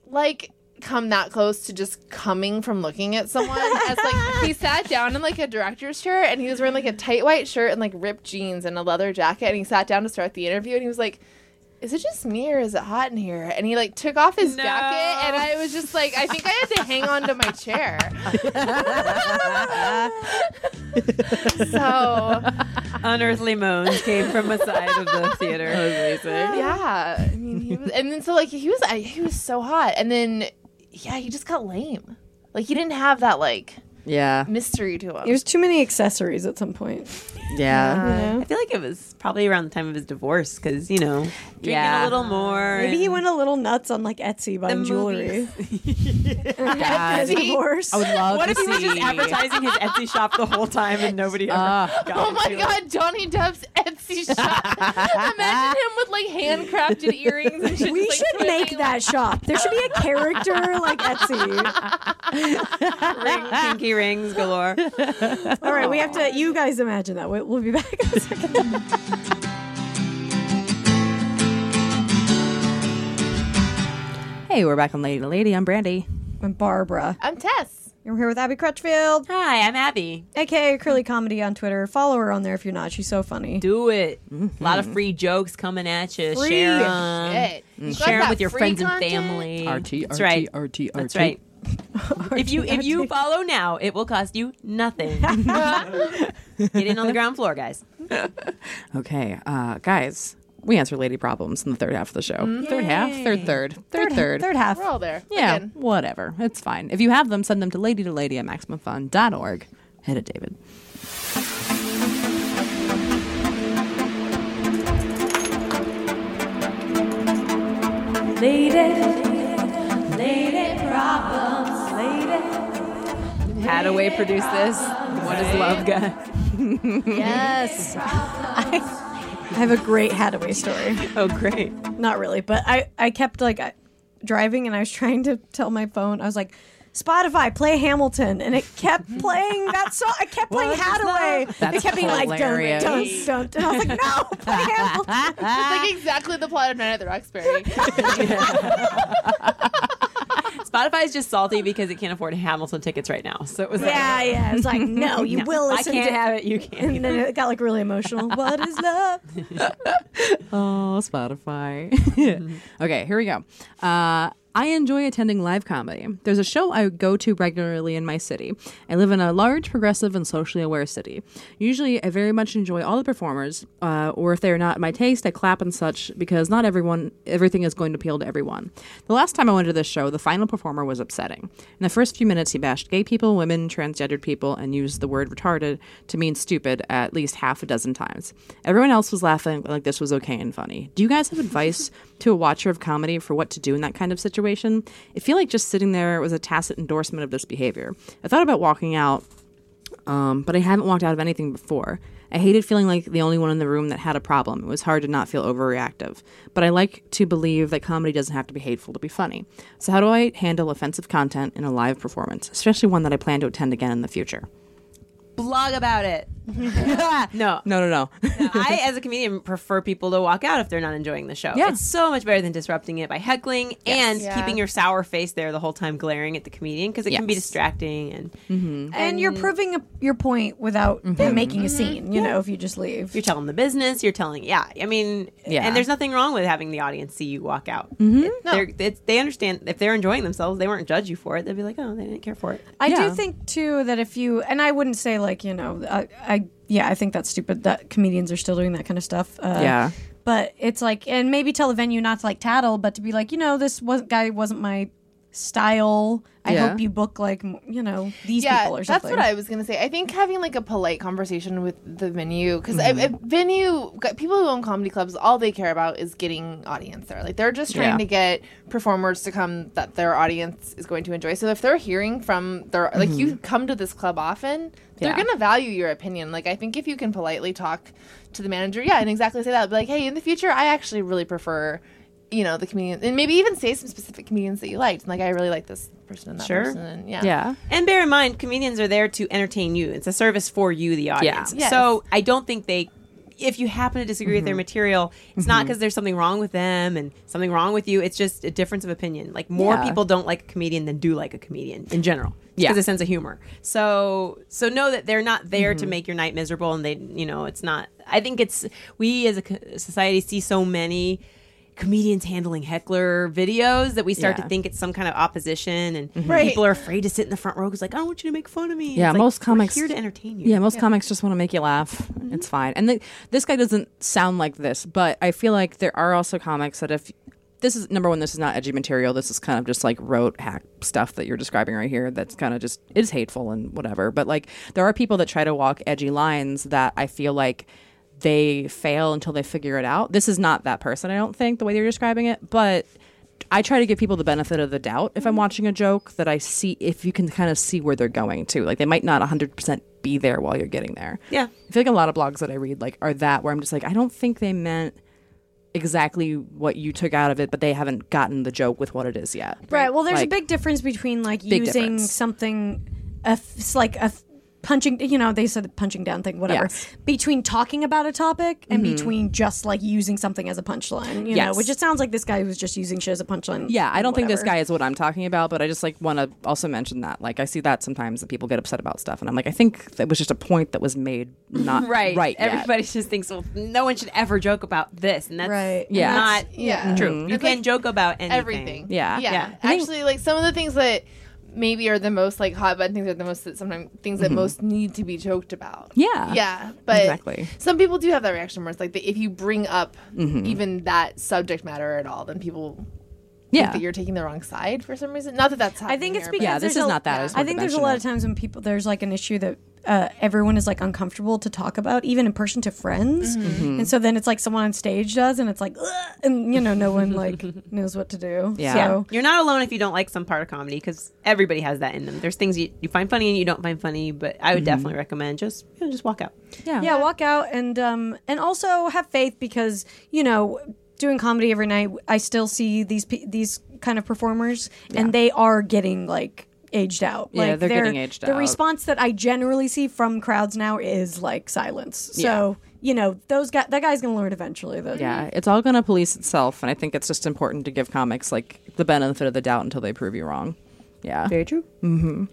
C: like come that close to just coming from looking at someone as like he sat down in like a director's chair and he was wearing like a tight white shirt and like ripped jeans and a leather jacket and he sat down to start the interview and he was like is it just me or is it hot in here? And he like took off his
E: No.
C: jacket and I was just like, I think I had to hang on to my chair. so
E: unearthly moans came from the side of the theater.
C: yeah, I mean he was, and then so like he was I, he was so hot, and then yeah he just got lame. Like he didn't have that like
B: Yeah.
C: mystery to him.
A: There's too many accessories at some point.
B: Yeah.
A: you know?
E: I feel like it was probably around the time of his divorce because you know drinking a
B: Yeah.
E: little more.
A: Maybe he
E: and
A: went a little nuts on like Etsy buying jewelry.
E: movies.
A: His divorce.
B: I would love
E: What
B: to
E: if he was
B: see.
E: just advertising his Etsy shop the whole time and nobody ever
B: Ah.
E: got
C: Oh my
E: into it?
C: god, Johnny Depp's Etsy shop. Imagine him with like handcrafted earrings and shit.
A: we
C: just, like,
A: should make
C: twiddling,
A: that shop. There should be a character like Etsy.
E: Ring, pinky rings galore.
A: All right, we have to. You guys imagine that. We- We'll be back in a second.
B: Hey, we're back on Lady to Lady. I'm Brandy.
A: I'm Barbara.
C: I'm Tess.
A: You're here with Abby Crutchfield,
E: Hi, I'm Abby.
A: aka Curly Comedy on Twitter. Follow her on there if you're not. She's so funny.
E: Do it. A lot of free jokes coming at you.
A: Free
E: Share them.
C: Shit. You got
E: Um, Share them
C: that
E: with your
C: free
E: friends and
C: content?
E: family.
B: RT,
E: That's
B: RT,
E: right.
B: RT,
E: That's right. if you if you follow now, it will cost you nothing. Get in on the ground floor, guys.
B: Okay, uh, guys, we answer lady problems in the third half of the show. Third half, third, third, Mm. third, third.
A: Third half.
C: We're all there.
B: Yeah,
C: Again.
B: whatever. It's fine. If you have them, send them to lady to lady at maximumfun.org. Hit it, David.
E: Hadaway produced this. What is love, guys?
A: Yes. I, I have a great Hadaway story.
E: Oh, great.
A: Not really, but I I kept like I, driving and I was trying to tell my phone. I was like. Spotify, play Hamilton, and it kept playing that song. I kept playing Hadaway. it
B: That's
A: kept being like dun
B: hilarious.
A: dun dun, dun. I was like, no, play Hamilton.
C: It's
E: Ah.
C: like exactly the plot of Night at the Roxbury.
E: Spotify is just salty because it can't afford Hamilton tickets right now. So it was
A: Yeah, yeah. It's like, no, you
E: like,
A: will
E: I
A: listen
E: can't
A: to
E: have it. You can't.
A: And then it got like really emotional. What is love?
B: Oh, Spotify. okay, here we go. Uh, I enjoy attending live comedy. There's a show I go to regularly in my city. I live in a large, progressive, and socially aware city. Usually, I very much enjoy all the performers, uh, or if they are not my taste, I clap and such because not everyone, everything is going to appeal to everyone. The last time I went to this show, the final performer was upsetting. In the first few minutes, he bashed gay people, women, transgendered people, and used the word retarded to mean stupid at least half a dozen times. Everyone else was laughing like this was okay and funny. Do you guys have advice to a watcher of comedy for what to do in that kind of situation? I feel like just sitting there was a tacit endorsement of this behavior. I thought about walking out, um, but I haven't walked out of anything before. I hated feeling like the only one in the room that had a problem. It was hard to not feel overreactive. But I like to believe that comedy doesn't have to be hateful to be funny. So, how do I handle offensive content in a live performance, especially one that I plan to attend again in the future?
E: Blog about it. No,
B: No, no, no.
E: I, as a comedian, prefer people to walk out if they're not enjoying the show.
B: Yeah.
E: It's so much better than disrupting it by heckling and
C: Yeah.
E: keeping your sour face there the whole time glaring at the comedian because it can be
B: Yes.
E: distracting and
A: and you're proving a, your point without them making a scene. You know, if you just leave.
E: you're telling the business, you're telling, yeah. I mean,
B: Yeah.
E: and there's nothing wrong with having the audience see you walk out.
C: No.
E: They're, it's, they understand if they're enjoying themselves, they weren't judge you for it. They'd be like, oh, they didn't care for it.
A: I
B: Yeah.
A: do think too that if you and I wouldn't say like you know I, I yeah I think that's stupid that comedians are still doing that kind of stuff. Uh,
B: Yeah.
A: but it's like and maybe tell the venue not to like tattle, but to be like you know this was guy wasn't my style. I
B: Yeah.
A: hope you book like m- you know these
C: yeah,
A: people or something.
C: That's what I was gonna say. I think having like a polite conversation with the venue because venue got- people who own comedy clubs, all they care about is getting audience there. Like they're just trying
B: Yeah.
C: to get performers to come that their audience is going to enjoy. So if they're hearing from their like you come to this club often, they're
E: Yeah.
C: gonna value your opinion. Like I think if you can politely talk to the manager, yeah, and exactly say that, be like, hey, in the future, I actually really prefer. You know the comedian, and maybe even say some specific comedians that you liked. Like I really like this person and that
E: Sure.
C: person. And yeah,
B: Yeah.
E: And bear in mind, comedians are there to entertain you. It's a service for you, the audience.
C: Yes.
E: So I don't think they, if you happen to disagree with their material, it's not because there's something wrong with them and something wrong with you. It's just a difference of opinion. Like more
B: Yeah.
E: people don't like a comedian than do like a comedian in general.
B: Yeah.
E: Because a sense of humor. So so know that they're not there to make your night miserable, and they you know it's not. I think it's we as a co- society see so many comedians handling heckler videos that we start
B: Yeah. Mm-hmm.
E: to think it's some kind of opposition and
C: Right.
E: people are afraid to sit in the front row because like I don't want you to make fun of me.
B: Yeah,
E: It's like,
B: most
E: we're
B: comics-
E: here to entertain you.
B: Yeah, most comics just want to make you laugh. It's fine. And the, this guy doesn't sound like this, but I feel like there are also comics that if this is number one, this is not edgy material. This is kind of just like rote hack stuff that you're describing right here. That's kind of just is hateful and whatever. But like there are people that try to walk edgy lines that I feel like they fail until they figure it out. This is not that person, I don't think, the way you're describing it, but. I try to give people the benefit of the doubt if I'm watching a joke that I see if you can kind of see where they're going to. Like they might not 100% be there while you're getting there.
E: Yeah.
B: I feel like a lot of blogs that I read like are that where I'm just like I don't think they meant exactly what you took out of it, but they haven't gotten the joke with what it is yet.
A: Right. Well, there's
B: Like-
A: a big difference between like
B: Big
A: using
B: difference.
A: something, a f- s- like a f- punching. You know, they said the punching down thing, whatever.
B: Yes. Mm-hmm.
A: Between talking about a topic and between just like using something as a punchline. You know,
B: Yes.
A: which it sounds like this guy was just using shit as a punchline.
B: Yeah, I don't think this
A: whatever.
B: guy is what I'm talking about, but I just like want to also mention that. Like I see that sometimes that people get upset about stuff and I'm like I think that was just a point that was made not
E: Right.
B: right yet.
E: Everybody just thinks well, no one should ever joke about this, and that's
A: Right.
B: Yeah. Mm-hmm.
E: not
C: Yeah.
E: true.
C: Mhm.
E: You
C: It's
E: can
C: like
E: joke about anything.
C: everything.
B: Yeah.
C: yeah.
E: Yeah.
B: I think-
C: Actually, like some of the things that maybe are the most like hot button things are the most that sometimes things that most need to be joked about.
B: Yeah.
C: Yeah, but
B: Exactly.
C: some people do have that reaction where it's like the, if you bring up even that subject matter at all, then people
B: Yeah.
C: think that you're taking the wrong side for some reason. Not that that's
A: I think it's
C: because
A: because
B: Yeah, this
A: there's
B: is
A: a-
B: not that, I just
A: I
B: wanted
A: think
B: to
A: there's a
B: mention
A: lot
B: it.
A: of times when people there's like an issue that uh, everyone is like uncomfortable to talk about, even in person to friends,
B: Mm-hmm.
A: and so then it's like someone on stage does, and it's like, "Ugh," and you know, no one like knows what to do.
B: Yeah.
A: So,
E: You're not alone if you don't like some part of comedy because everybody has that in them. There's things you, you find funny and you don't find funny, but I
B: Mm-hmm.
E: would definitely recommend just you know, just walk out.
B: Yeah.
A: yeah walk out and um and also have faith because you know doing comedy every night i still see these pe- these kind of performers and they are getting like aged out
B: Yeah,
A: like
B: they're
A: their-
B: getting aged
A: the
B: out.
A: response that i generally see from crowds now is like silence so you know those guy that guy's gonna learn eventually that
B: Yeah, it's all going to police itself, and I think it's just important to give comics like the benefit of the doubt until they prove you wrong. Yeah,
E: Very true. Mm-hmm.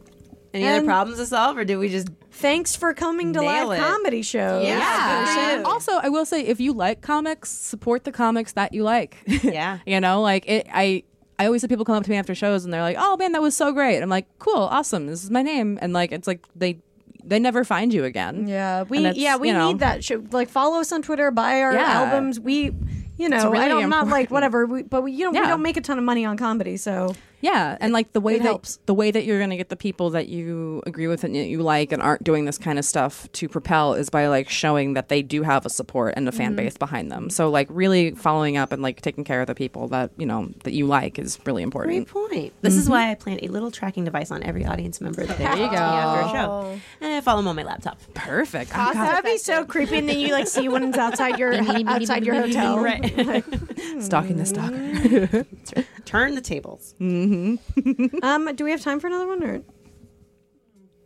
E: Any other
A: And-
E: problems to solve, or did we just?
A: thanks for coming to
E: Nail
A: live
E: it.
A: comedy shows
E: Yeah.
B: Also, I will say if you like comics, support the comics that you like.
E: Yeah.
B: you know, like it, I. I always have people come up to me after shows and they're like, "Oh man, that was so great." I'm like, "Cool, awesome. This is my name." And like, it's like they they never find you again.
A: Yeah, we
B: And that's,
A: yeah we
B: you know.
A: need that. Show. Like follow us on Twitter, buy our
B: Yeah.
A: albums. We, you know,
B: really
A: I don't not like
B: important.
A: whatever, we, but we you know we
B: Yeah.
A: don't make a ton of money on comedy, so
B: Yeah, and like the way
A: it
B: that
A: helps.
B: the way that you're going to get the people that you agree with and that you like and aren't doing this kind of stuff to propel is by like showing that they do have a support and a fan base behind them. So like really following up and like taking care of the people that you know that you like is really
E: Great
B: important.
E: point. This is why I plant a little tracking device on every audience member that they there
B: Mm-hmm. you go.
E: after a show. And I follow them on my laptop.
B: Perfect. Oh,
A: God, that'd be so creepy. And then you like see one's outside your outside your hotel.
B: God, stalking the stalker.
E: Turn the tables.
A: Um, do we have time for another one or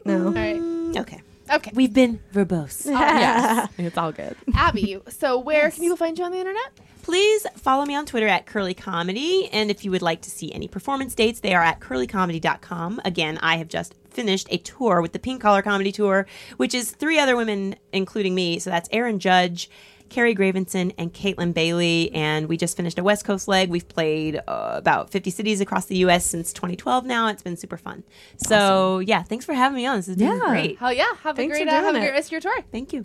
A: no?
C: All right.
E: Mm, Okay.
G: Okay.
H: We've been verbose.
I: yes, it's all good.
G: Abby, so where can people find you on the internet?
E: Please follow me on Twitter at Curly Comedy. And if you would like to see any performance dates, they are at curlycomedy.com. Again, I have just finished a tour with the Pink Collar Comedy Tour, which is three other women, including me. So that's Aaron Judge. Carrie Gravenson and Caitlin Bailey, and we just finished a West Coast leg. We've played uh, about 50 cities across the U.S. since 2012. Now it's been super fun. So yeah, thanks for having me on. This has been
I: Yeah.
E: great.
C: Oh,
G: Hell yeah. Have
J: Thanks
G: a great
J: for
G: uh, have a
J: doing
G: great
J: it.
G: rest of your tour.
E: Thank you.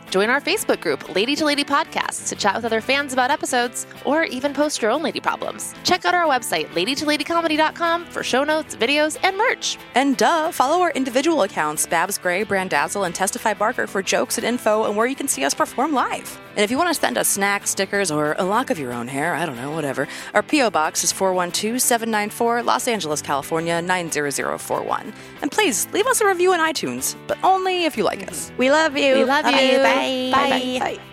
C: Join our Facebook group, Lady to Lady Podcasts, to chat with other fans about episodes or even post your own lady problems. Check out our website, ladytoladycomedy.com, for show notes, videos, and merch.
B: And duh, follow our individual accounts, Babs Gray, Brandazzle, and Testify Barker for jokes and info and where you can see us perform live. And if you want to send us snacks, stickers, or a lock of your own hair, I don't know, whatever, our P.O. Box is 412-794 Los Angeles, California, 90041. And please, leave us a review on iTunes, but only if you like us.
K: We love you.
C: We love you.
K: Bye. Bye. Bye.